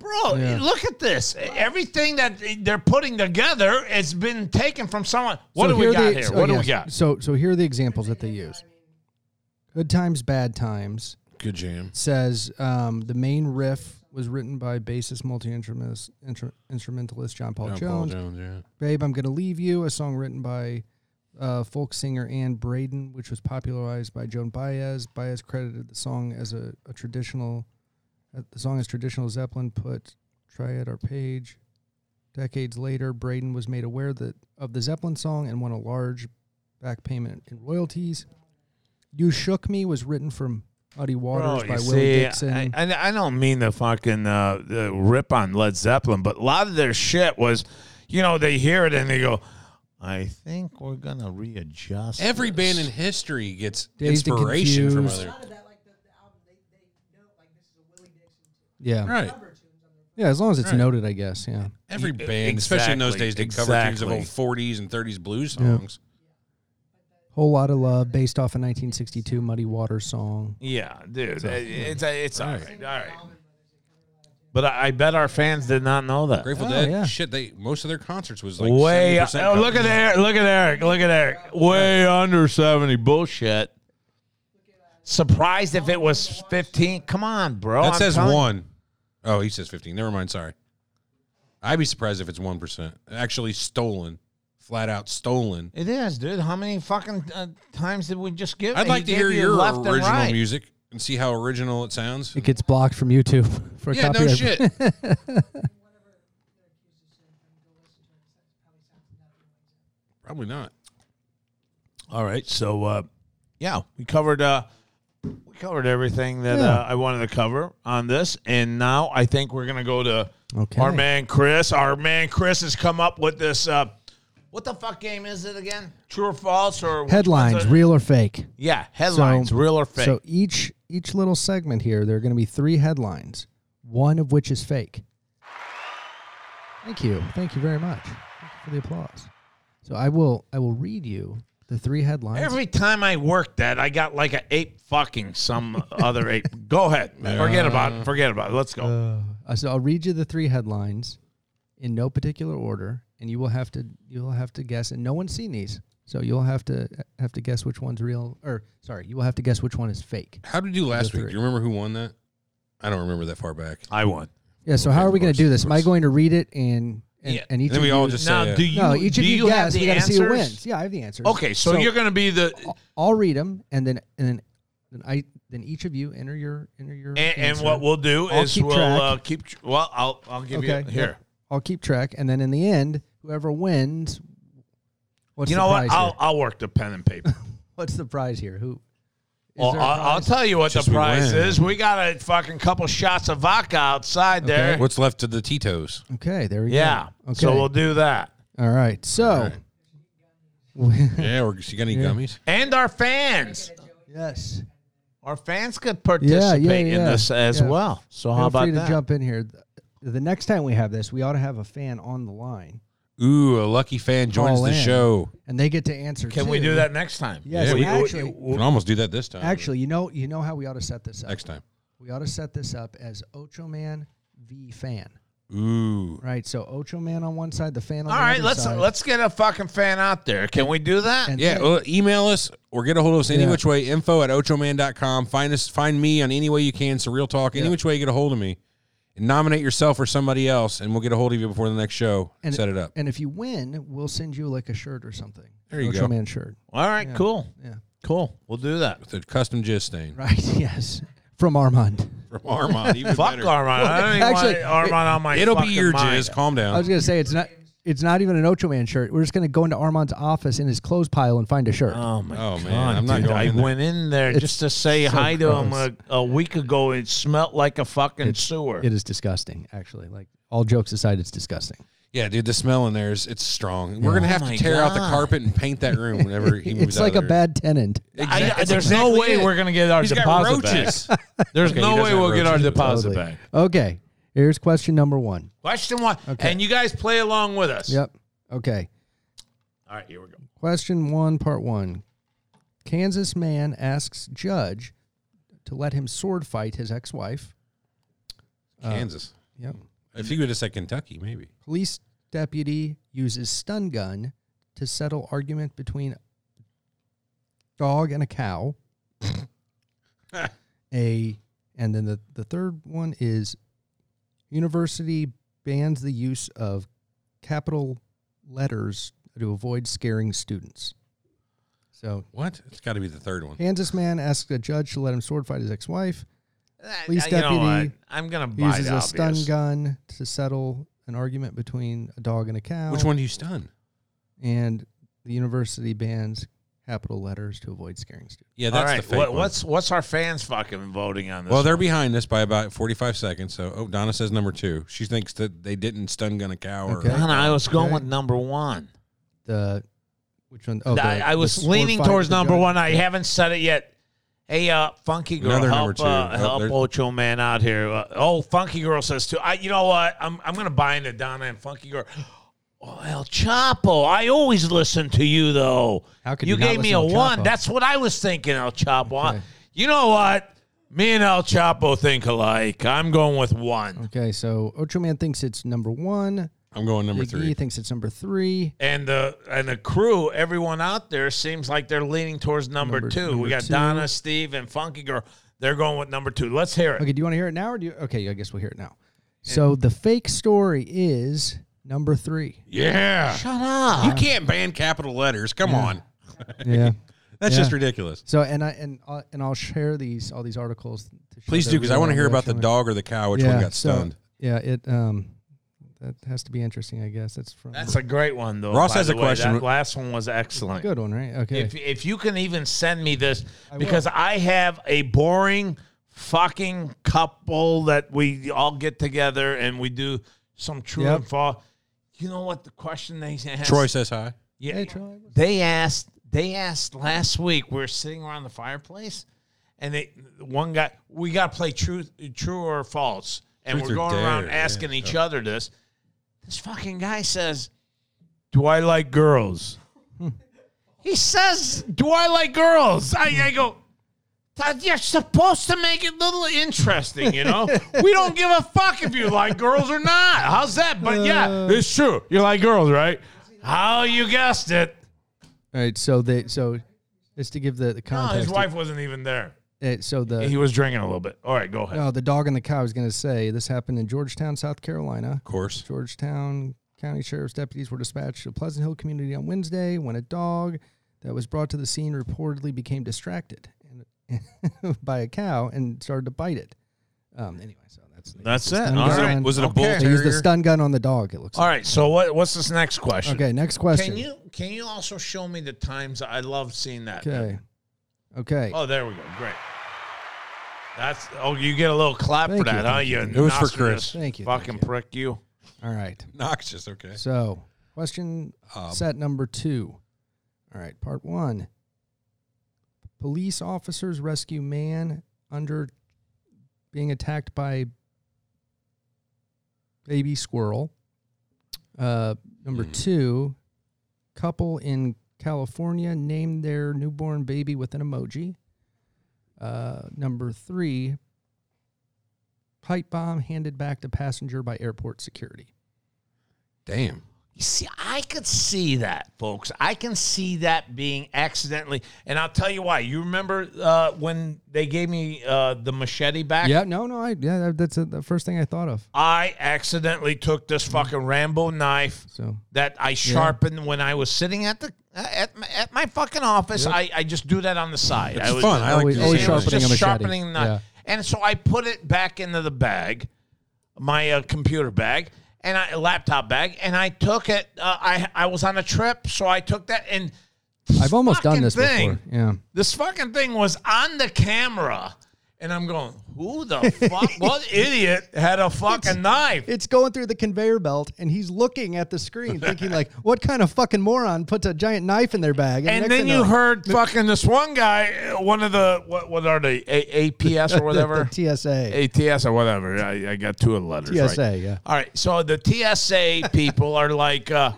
Speaker 4: Bro,
Speaker 5: Yeah.
Speaker 4: look at this. Everything that they're putting together has been taken from someone. What
Speaker 5: So
Speaker 4: do we
Speaker 5: are
Speaker 4: got
Speaker 5: the
Speaker 4: here?
Speaker 5: ex- oh,
Speaker 4: What do we
Speaker 5: yes.
Speaker 4: got?
Speaker 5: So, so here are the examples that they use. Good times, bad times
Speaker 3: Good jam.
Speaker 5: says um, the main riff was written by bassist multi instrumentalist John Paul
Speaker 3: John Paul
Speaker 5: Jones.
Speaker 3: Jones, yeah.
Speaker 5: Babe, I'm Gonna Leave You, a song written by uh, folk singer Ann Braden, which was popularized by Joan Baez. Baez credited the song as a, a traditional, uh, the song as traditional Zeppelin put Triad or Page. Decades later, Braden was made aware that of the Zeppelin song and won a large back payment in royalties. You Shook Me was written from Muddy Waters
Speaker 4: Bro,
Speaker 5: by
Speaker 4: Oh, you
Speaker 5: Willie
Speaker 4: see,
Speaker 5: Dixon.
Speaker 4: I, I, I don't mean to fucking uh, uh, rip on Led Zeppelin, but a lot of their shit was, you know, they hear it and they go, I think we're going to readjust.
Speaker 3: Every
Speaker 4: this."
Speaker 3: band in history gets
Speaker 5: Dazed and
Speaker 3: inspiration from
Speaker 5: Confused.
Speaker 3: other.
Speaker 5: yeah.
Speaker 3: Right.
Speaker 5: Yeah, as long as it's
Speaker 3: Right.
Speaker 5: noted, I guess. Yeah.
Speaker 3: Every
Speaker 4: Yeah,
Speaker 3: band, especially in those
Speaker 4: E- exactly,
Speaker 3: days, did cover tunes of
Speaker 4: exactly.
Speaker 3: old 40s and 30s blues
Speaker 5: Yeah.
Speaker 3: songs.
Speaker 5: Whole Lot of Love, based off a 1962 Muddy Waters song.
Speaker 4: Yeah, dude. it- it's it's all
Speaker 3: All
Speaker 4: right. All right. But I, I bet our fans did not know that.
Speaker 3: Grateful
Speaker 5: Oh,
Speaker 3: Dead,
Speaker 5: yeah.
Speaker 3: shit, they most of their concerts was like
Speaker 4: Way,
Speaker 3: 70%
Speaker 4: oh, look at
Speaker 3: covered.
Speaker 4: Eric. Look at Eric. Look at Eric. Way under 70. Bullshit. Surprised if it was 15. Come on, bro.
Speaker 3: That
Speaker 4: I'm
Speaker 3: says
Speaker 4: telling-
Speaker 3: one. Oh, he says 15. Never mind. Sorry. I'd be surprised if it's 1%. Actually, stolen. Flat out stolen.
Speaker 4: It is, dude. How many fucking uh, times did we just give?
Speaker 3: I'd
Speaker 4: He
Speaker 3: like to
Speaker 4: gave
Speaker 3: hear
Speaker 4: you
Speaker 3: your
Speaker 4: left and
Speaker 3: original
Speaker 4: right.
Speaker 3: music and see how original it sounds.
Speaker 5: It gets blocked from YouTube [laughs] for
Speaker 3: Yeah, no
Speaker 5: copyright. [laughs]
Speaker 3: shit. Probably not.
Speaker 4: All right, so uh, yeah, we covered uh, we covered everything that
Speaker 5: Yeah.
Speaker 4: uh, I wanted to cover on this, and now I think we're gonna go to
Speaker 5: Okay.
Speaker 4: our man Chris. Our man Chris has come up with this. Uh, what the fuck game is it again? True or false or which one's
Speaker 5: Headlines,
Speaker 4: it?
Speaker 5: real or fake?
Speaker 4: yeah, headlines,
Speaker 5: So-
Speaker 4: real or fake.
Speaker 5: So each each little segment here, there are going to be three headlines, one of which is fake. Thank you, thank you very much Thank you for the applause. So I will I will read you the three headlines.
Speaker 4: Every time I worked that, I got like an ape fucking some other ape. Go ahead,
Speaker 3: [laughs]
Speaker 4: forget about it. Forget about it. Let's go.
Speaker 5: Uh, so I'll read you the three headlines in no particular order, and you will have to you'll have to guess. And no one's seen these, so you'll have to have to guess which one's real. Or sorry, you will have to guess which one is fake.
Speaker 3: How did you do last
Speaker 5: The
Speaker 3: week?
Speaker 5: three.
Speaker 3: Do you remember who won that? I don't remember that far back.
Speaker 4: I won.
Speaker 5: Yeah. So
Speaker 3: Okay,
Speaker 5: how are we
Speaker 3: of
Speaker 5: going
Speaker 3: course,
Speaker 5: to do this?
Speaker 3: of
Speaker 5: Am I
Speaker 3: course.
Speaker 5: going to read it and and,
Speaker 4: Yeah.
Speaker 5: and each
Speaker 3: And then we
Speaker 5: of
Speaker 3: all
Speaker 5: you,
Speaker 3: just
Speaker 4: Now,
Speaker 3: say, uh,
Speaker 4: do you?
Speaker 5: no each of
Speaker 4: do
Speaker 5: you,
Speaker 4: you have
Speaker 5: guess.
Speaker 4: the
Speaker 5: We got to see who
Speaker 4: answers?
Speaker 5: wins. Yeah, I have the answers.
Speaker 4: Okay, so, you're gonna be the
Speaker 5: I'll- I'll read them, and then and then then I then each of you enter your enter your
Speaker 4: and, and
Speaker 5: answer.
Speaker 4: what we'll do
Speaker 5: I'll
Speaker 4: is
Speaker 5: keep
Speaker 4: we'll
Speaker 5: track.
Speaker 4: uh, keep. tr- Well, I'll I'll give
Speaker 5: Okay,
Speaker 4: you
Speaker 5: yeah.
Speaker 4: here.
Speaker 5: I'll keep track, and then in the end, whoever wins. What's
Speaker 4: you
Speaker 5: the
Speaker 4: know
Speaker 5: prize
Speaker 4: what?
Speaker 5: here?
Speaker 4: I'll I'll work the pen and
Speaker 5: [laughs]
Speaker 4: paper.
Speaker 5: What's the prize here? Who? is
Speaker 4: well,
Speaker 5: there a
Speaker 4: I'll, I'll
Speaker 5: prize?
Speaker 4: tell you what the
Speaker 3: Just we
Speaker 4: prize
Speaker 3: win.
Speaker 4: is. We got a fucking couple shots of vodka outside there.
Speaker 3: uh, What's left to the Titos?
Speaker 5: [laughs] Okay, there we
Speaker 4: Yeah.
Speaker 5: go. Okay.
Speaker 4: So we'll do that.
Speaker 5: All right. So.
Speaker 3: Yeah, or she got any gummies?
Speaker 4: And our fans,
Speaker 5: [laughs] yes.
Speaker 4: our fans could participate in
Speaker 5: yeah.
Speaker 4: this as
Speaker 5: Yeah.
Speaker 4: well. So how
Speaker 5: Feel
Speaker 4: about
Speaker 5: free to
Speaker 4: that?
Speaker 5: jump in here. Th- The next time we have this, we ought to have a fan on the line,
Speaker 3: Ooh, a lucky fan joins
Speaker 5: Call
Speaker 3: the
Speaker 5: in.
Speaker 3: show.
Speaker 5: and they get to answer.
Speaker 4: Can we
Speaker 5: too.
Speaker 4: do that next time?
Speaker 5: Yes,
Speaker 3: Yeah, we-
Speaker 5: actually,
Speaker 3: We can almost do that this time.
Speaker 5: actually, you know, you know how we ought to set this up.
Speaker 3: next time.
Speaker 5: We ought to set this up as Ocho Man v Fan.
Speaker 3: Ooh,
Speaker 5: Right. So Ocho Man on one side, the fan on
Speaker 4: All
Speaker 5: the
Speaker 4: right,
Speaker 5: other
Speaker 4: let's
Speaker 5: side.
Speaker 4: let's get a fucking fan out there. Can we do that?
Speaker 5: And
Speaker 3: Yeah,
Speaker 5: then-
Speaker 3: well, email us or get a hold of us any
Speaker 5: Yeah.
Speaker 3: which way. Info at ochoman.com. Find us, find me on any way you can. Surreal Talk, any
Speaker 5: Yeah.
Speaker 3: which way you get a hold of me. And nominate yourself or somebody else, and we'll get a hold of you before the next show.
Speaker 5: and
Speaker 3: Set it up.
Speaker 5: And if you win, we'll send you like a shirt or something.
Speaker 3: There you
Speaker 5: Ocho
Speaker 3: go.
Speaker 5: Man shirt. [laughs]
Speaker 4: All right, cool,
Speaker 5: Yeah.
Speaker 4: cool. We'll do that.
Speaker 3: With a custom jizz stain
Speaker 5: Right. Yes. From Armand.
Speaker 3: from Armand.
Speaker 5: [laughs]
Speaker 3: Even
Speaker 4: Fuck
Speaker 3: better.
Speaker 4: Armand. I don't even
Speaker 5: Actually,
Speaker 4: want Armand on my.
Speaker 3: It'll be
Speaker 4: fucking
Speaker 3: your
Speaker 4: mind.
Speaker 3: jizz. Calm
Speaker 5: I was
Speaker 3: down.
Speaker 5: gonna say it's not. It's not even an Ocho Man shirt. We're just gonna go into Armand's office in his clothes pile and find a shirt.
Speaker 4: Oh my
Speaker 3: Oh,
Speaker 4: god!
Speaker 3: man, I'm not
Speaker 4: dude.
Speaker 3: going
Speaker 4: I
Speaker 3: in there.
Speaker 4: went in there just to say
Speaker 5: so
Speaker 4: hi to
Speaker 5: gross.
Speaker 4: him a, a week ago. It smelt like a fucking sewer.
Speaker 5: it is disgusting, actually. Like all jokes aside, it's disgusting.
Speaker 3: Yeah, dude, the smell in there is it's strong. We're gonna
Speaker 4: Oh
Speaker 3: have
Speaker 4: my
Speaker 3: to tear out the
Speaker 4: God.
Speaker 3: carpet and paint that room whenever he moves
Speaker 5: It's
Speaker 3: out
Speaker 5: like a
Speaker 3: of there.
Speaker 5: bad tenant.
Speaker 4: I-
Speaker 3: Exact- it's
Speaker 4: there's no
Speaker 3: exactly
Speaker 4: way
Speaker 3: it.
Speaker 4: we're gonna get our
Speaker 3: He's got
Speaker 4: deposit back. [laughs]
Speaker 3: roaches.
Speaker 4: There's
Speaker 3: Okay, he
Speaker 4: no
Speaker 3: doesn't
Speaker 4: way
Speaker 3: have
Speaker 4: we'll get our
Speaker 3: roaches, but
Speaker 4: deposit
Speaker 5: Totally.
Speaker 4: back.
Speaker 5: Okay. Here's question number one.
Speaker 4: Question one.
Speaker 5: Okay.
Speaker 4: And you guys play along with us.
Speaker 5: Yep. Okay.
Speaker 4: All right, here we go.
Speaker 5: Question one, part one. Kansas man asks judge to let him sword fight his ex wife.
Speaker 3: Kansas.
Speaker 5: Yep.
Speaker 3: if he would have said Kentucky, maybe.
Speaker 5: Police deputy uses stun gun to settle argument between dog and
Speaker 3: [laughs]
Speaker 5: a cow. a and then the, the third one is university bans the use of capital letters to avoid scaring students. So
Speaker 3: What? It's got to be the third one.
Speaker 5: Kansas man asks a judge to let him sword fight his ex wife. Police
Speaker 4: Police deputy.
Speaker 5: deputy
Speaker 4: I'm gonna buy
Speaker 5: Uses
Speaker 4: the
Speaker 5: a stun
Speaker 4: obvious.
Speaker 5: gun to settle an argument between a dog and a cow.
Speaker 3: Which one do you stun?
Speaker 5: and the university bans capital letters to avoid scaring students.
Speaker 3: Yeah, that's
Speaker 4: All right.
Speaker 3: the fake
Speaker 4: what,
Speaker 3: one.
Speaker 4: What's what's our fans fucking voting on this?
Speaker 3: well, they're behind us by about 45 seconds. So, oh, Donna says number two. She thinks that they didn't stun gun a cow. Or,
Speaker 5: Okay.
Speaker 4: Donna, I was going
Speaker 5: Okay.
Speaker 4: with number one.
Speaker 5: The which one? Oh, the-
Speaker 4: I, I
Speaker 5: the
Speaker 4: was
Speaker 5: sword
Speaker 4: leaning
Speaker 5: fight
Speaker 4: towards
Speaker 5: with the
Speaker 4: number
Speaker 5: judge.
Speaker 4: one. I haven't said it yet. Hey, uh, Funky Girl,
Speaker 3: Another number
Speaker 4: help,
Speaker 3: two.
Speaker 4: uh,
Speaker 3: Oh,
Speaker 4: help
Speaker 3: there's-
Speaker 4: Ocho Man out here. Uh, oh, Funky Girl says too. I, you know what? I'm, I'm gonna buy into Donna and Funky Girl. Oh, El Chapo. I always listen to you though.
Speaker 5: How could
Speaker 4: you
Speaker 5: you not
Speaker 4: gave me a
Speaker 5: listen to El
Speaker 4: one?
Speaker 5: Chapo?
Speaker 4: That's what I was thinking, El Chapo.
Speaker 5: Okay.
Speaker 4: You know what? Me and El Chapo think alike. I'm going with one.
Speaker 5: Okay, so Ocho Man thinks it's number one.
Speaker 3: I'm going number
Speaker 5: Big E
Speaker 3: three.
Speaker 5: thinks it's number three.
Speaker 4: and the and the crew, everyone out there seems like they're leaning towards number,
Speaker 5: Number-
Speaker 4: two.
Speaker 5: number
Speaker 4: we got
Speaker 5: two.
Speaker 4: Donna, Steve, and Funky Girl. They're going with number two. Let's hear it.
Speaker 5: Okay, do you want to hear it now or do you? Okay, I guess we'll hear it now. So the fake story is number three.
Speaker 3: Yeah.
Speaker 4: Shut up.
Speaker 3: You can't ban capital letters. Come on.
Speaker 5: Yeah.
Speaker 3: That's
Speaker 5: Yeah.
Speaker 3: just ridiculous.
Speaker 5: So and I and I'll, and I'll share these all these articles. To show
Speaker 3: Please
Speaker 5: that
Speaker 3: do, because I
Speaker 5: we
Speaker 3: want to
Speaker 5: are
Speaker 3: hear about the
Speaker 5: rational.
Speaker 3: dog or the cow, which one got
Speaker 5: so-
Speaker 3: stunned.
Speaker 5: yeah, it um, that has to be interesting. I guess that's from
Speaker 4: That's a great one though.
Speaker 3: Ross
Speaker 4: by
Speaker 3: has
Speaker 4: the
Speaker 3: a
Speaker 4: way.
Speaker 3: question.
Speaker 4: That last one was excellent.
Speaker 5: good one, right? Okay.
Speaker 4: If if you can even send me this because I have a boring fucking couple that we all get together and we do some true
Speaker 5: Yep.
Speaker 4: and false. You know what the question they asked?
Speaker 3: Troy says hi.
Speaker 4: Yeah.
Speaker 5: Hey, Troy.
Speaker 4: They asked. They asked last week. We were sitting around the fireplace, and they one guy. We got to play truth, true or false, and
Speaker 3: Truth
Speaker 4: we're
Speaker 3: or
Speaker 4: going around
Speaker 3: dare,
Speaker 4: asking
Speaker 3: yeah.
Speaker 4: each other this. This fucking guy says, "Do I like girls?" he says, "Do I like girls?" I, I go. "Todd, You're supposed to make it a little interesting, you know. we don't give a fuck if you like girls or not. How's that? But
Speaker 3: Uh.
Speaker 4: yeah, it's true. You like girls, right? How you guessed it?
Speaker 5: All right, so they so just to give the, the
Speaker 4: No,
Speaker 5: context.
Speaker 4: his wife wasn't even there.
Speaker 5: uh, so the
Speaker 4: He was drinking a little bit. All right, go ahead.
Speaker 5: no, the dog and the cow is going to say this happened in Georgetown, South Carolina.
Speaker 3: Of course.
Speaker 5: Georgetown County Sheriff's deputies were dispatched to Pleasant Hill community on Wednesday when a dog that was brought to the scene reportedly became distracted and, [laughs] by a cow and started to bite it. Um, anyway, so that's the-
Speaker 4: That's
Speaker 5: the
Speaker 4: it.
Speaker 5: stun
Speaker 4: All
Speaker 5: gun.
Speaker 4: right.
Speaker 3: Was it a bull
Speaker 5: They used the
Speaker 3: terrier?
Speaker 5: stun gun on the dog. It looks.
Speaker 4: All right. So what? What's this next question?
Speaker 5: like. Okay, next question.
Speaker 4: Can you can you also show me the times? I love seeing that.
Speaker 5: okay, okay.
Speaker 4: Oh, there we go. Great. That's oh, you get a little clap
Speaker 5: Thank
Speaker 4: for
Speaker 5: you,
Speaker 4: that, huh?
Speaker 5: thank
Speaker 4: You
Speaker 3: It was for
Speaker 4: innocuous
Speaker 3: Chris.
Speaker 5: Thank you,
Speaker 4: Fucking
Speaker 5: thank you.
Speaker 4: prick, you.
Speaker 5: All right.
Speaker 3: Noxious. Okay.
Speaker 5: So, question
Speaker 3: Um,
Speaker 5: set number two. All right, part one. Police officers rescue man under being attacked by baby squirrel. Uh, number
Speaker 3: Mhm.
Speaker 5: two, couple in California named their newborn baby with an emoji. Uh, number three, pipe bomb handed back to passenger by airport security.
Speaker 3: Damn.
Speaker 4: You see, I could see that, folks. I can see that being accidentally, and I'll tell you why. You remember uh, when they gave me uh, the machete back?
Speaker 5: Yeah, no, no, I yeah, that- that's the first thing I thought of.
Speaker 4: I accidentally took this fucking Rambo knife
Speaker 5: So
Speaker 4: that I sharpened when I was sitting at the at my, at my fucking office. I, I just do that on the side.
Speaker 3: It's
Speaker 4: I was,
Speaker 3: fun. I like
Speaker 5: Always-
Speaker 3: to
Speaker 5: always
Speaker 3: see it.
Speaker 5: sharpening a
Speaker 4: just
Speaker 5: machete.
Speaker 4: sharpening the knife.
Speaker 5: Yeah.
Speaker 4: And so I put it back into the bag, my uh, computer bag and I, laptop bag, and I took it. Uh, I I was on a trip, so I took that and.
Speaker 5: I've almost done
Speaker 4: fucking
Speaker 5: this
Speaker 4: thing
Speaker 5: before. Yeah.
Speaker 4: this fucking thing was on the camera And I'm going, who
Speaker 5: [laughs]
Speaker 4: the fuck? what idiot had a fucking knife?
Speaker 5: It's going through the conveyor belt, and he's looking at the screen, thinking [laughs] like, "What kind of fucking moron puts a giant knife in their bag?"
Speaker 4: And
Speaker 5: next
Speaker 4: then
Speaker 5: thing
Speaker 4: you
Speaker 5: know-
Speaker 4: heard fucking this one guy, uh, one of the what, what are they, a- [laughs] APS or whatever,
Speaker 5: the TSA.
Speaker 4: ATS or whatever. I, I got two of the letters.
Speaker 5: TSA,
Speaker 4: right.
Speaker 5: yeah.
Speaker 4: All right. So the TSA people are like, uh,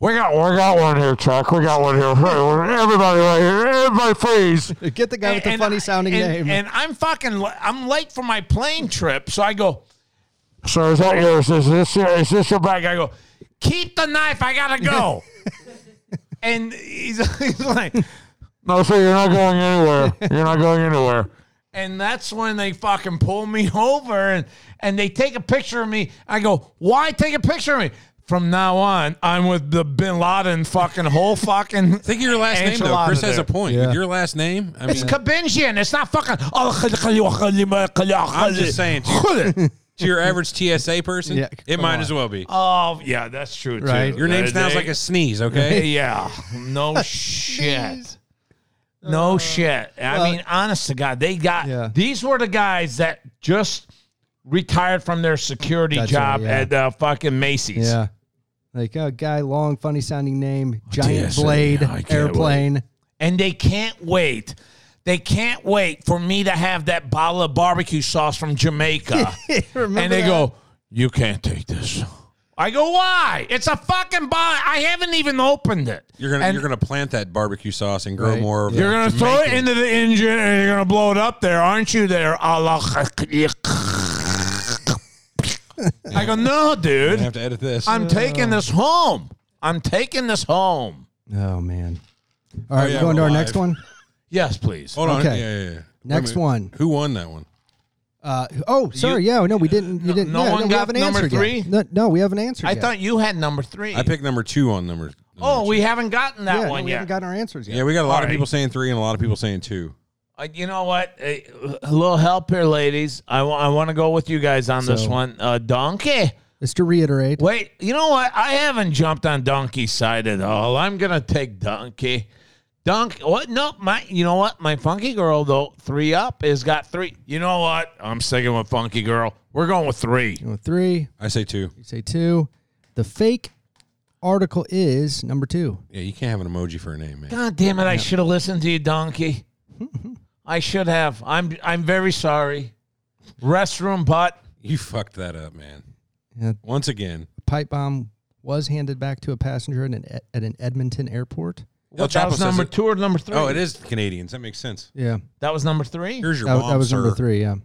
Speaker 4: we got we got one here, Chuck. We got one here. Hey, Everybody right here. Everybody freeze.
Speaker 5: Get the guy with the funny sounding
Speaker 4: and-
Speaker 5: name.
Speaker 4: And I'm fucking li- I'm late for my plane trip, so I go. Sir, is that yours? Is this your, is this your bag? I go. Keep the knife. I gotta [laughs] go. and he's, [laughs] he's like, No, sir, you're not going anywhere. You're not going anywhere. And that's when they fucking pull me [laughs] over and and they take a picture of me. I go, Why take a picture of me? From now on, I'm with the Bin Laden fucking whole
Speaker 3: [laughs]
Speaker 4: fucking.
Speaker 3: Think of your last name though.
Speaker 4: enchilada
Speaker 3: Chris has
Speaker 4: there.
Speaker 3: a point. With your last name, I mean,
Speaker 4: It's Kabinjian. It's not fucking. "Oh, I'm
Speaker 3: I'm just saying to, [laughs] to your average TSA person,
Speaker 5: Yeah,
Speaker 3: it
Speaker 5: come
Speaker 3: might
Speaker 5: on.
Speaker 3: as well be.
Speaker 4: Oh yeah, that's true too. Uh,
Speaker 5: Right.
Speaker 3: Your name
Speaker 4: They-
Speaker 3: sounds like a sneeze. Okay,
Speaker 4: Yeah. No
Speaker 5: [laughs]
Speaker 4: shit. No shit. I
Speaker 5: Uh, well-
Speaker 4: mean, honest to God, they got
Speaker 5: Yeah.
Speaker 4: these were the guys that just retired from their security
Speaker 5: That's
Speaker 4: job
Speaker 5: right, yeah.
Speaker 4: at uh, fucking Macy's.
Speaker 5: yeah. Like a guy, long, funny sounding name,
Speaker 4: Oh,
Speaker 5: giant
Speaker 4: TSA,
Speaker 5: blade,
Speaker 4: I can't
Speaker 5: airplane. [laughs]
Speaker 4: And they can't wait. They can't wait for me to have that bottle of barbecue sauce from
Speaker 5: [laughs]
Speaker 4: Jamaica.
Speaker 5: Remember
Speaker 4: and they
Speaker 5: that?
Speaker 4: go, "You can't take this." I go, "Why? It's a fucking bottle. I haven't even opened it."
Speaker 3: you're gonna
Speaker 4: And-
Speaker 3: you're gonna plant that barbecue sauce and grow
Speaker 5: Right.
Speaker 3: more. Of
Speaker 4: You're
Speaker 3: that
Speaker 4: gonna throw it
Speaker 3: Jamaican-
Speaker 4: into the engine and you're gonna blow it up there, aren't you? There, Allah. I go, no,
Speaker 3: I
Speaker 4: dude.
Speaker 3: have to edit this.
Speaker 4: I'm taking this home. I'm taking this home.
Speaker 5: Oh man.
Speaker 4: Oh,
Speaker 5: All right,
Speaker 3: yeah,
Speaker 5: we're going to
Speaker 3: we're
Speaker 5: our
Speaker 3: live.
Speaker 5: next one.
Speaker 4: Yes, please.
Speaker 3: Hold on.
Speaker 5: Okay.
Speaker 3: Yeah, yeah, yeah. Wait a
Speaker 5: Next
Speaker 3: minute.
Speaker 5: one.
Speaker 3: Who won that one?
Speaker 5: Uh, oh, sorry. yeah, no, we didn't. You didn't.
Speaker 4: no
Speaker 5: yeah,
Speaker 4: one
Speaker 5: we
Speaker 4: got
Speaker 5: haven't
Speaker 4: number
Speaker 5: answered yet.
Speaker 4: three?
Speaker 5: No, no, we haven't answered.
Speaker 4: I
Speaker 5: yet.
Speaker 4: thought you had number three.
Speaker 3: I picked number two on number.
Speaker 4: oh,
Speaker 3: number
Speaker 4: we haven't gotten that
Speaker 5: yeah, no,
Speaker 4: one
Speaker 5: we
Speaker 4: yet.
Speaker 5: haven't gotten our answers
Speaker 3: two.
Speaker 5: yet.
Speaker 3: yeah, we got a lot of
Speaker 4: Alright.
Speaker 3: people saying three and a lot of people saying two.
Speaker 4: Uh, you know what? Hey, a little help here, ladies. I want to go with you guys on this
Speaker 5: So-
Speaker 4: one. Uh, donkey.
Speaker 5: Just to reiterate,
Speaker 4: Wait, you know what? I haven't jumped on Donkey's side at all. I'm gonna take Donkey. Donkey, what? No, my. You know what? My Funky Girl though, three up has got three. You know what? I'm sticking with Funky Girl. We're going with three.
Speaker 5: you know, three.
Speaker 3: I say two.
Speaker 5: You say two. The fake article is number two.
Speaker 3: Yeah, you can't have an emoji for a name, man.
Speaker 4: God damn it! I should have listened to you, Donkey. I should have. I'm. I'm very sorry. Restroom butt.
Speaker 3: You fucked that up, man.
Speaker 5: Yeah.
Speaker 3: Once again,
Speaker 5: Pipe bomb was handed back to a passenger at an, at an Edmonton airport.
Speaker 3: El
Speaker 4: What, that
Speaker 3: Chapo
Speaker 4: was
Speaker 3: says
Speaker 4: number
Speaker 3: it-
Speaker 4: two or number three?
Speaker 3: Oh, it is Canadians. That makes sense.
Speaker 5: Yeah,
Speaker 4: That was number three.
Speaker 3: Here's your
Speaker 5: that,
Speaker 3: bomb,
Speaker 5: that was
Speaker 3: sir.
Speaker 5: number three. Yeah,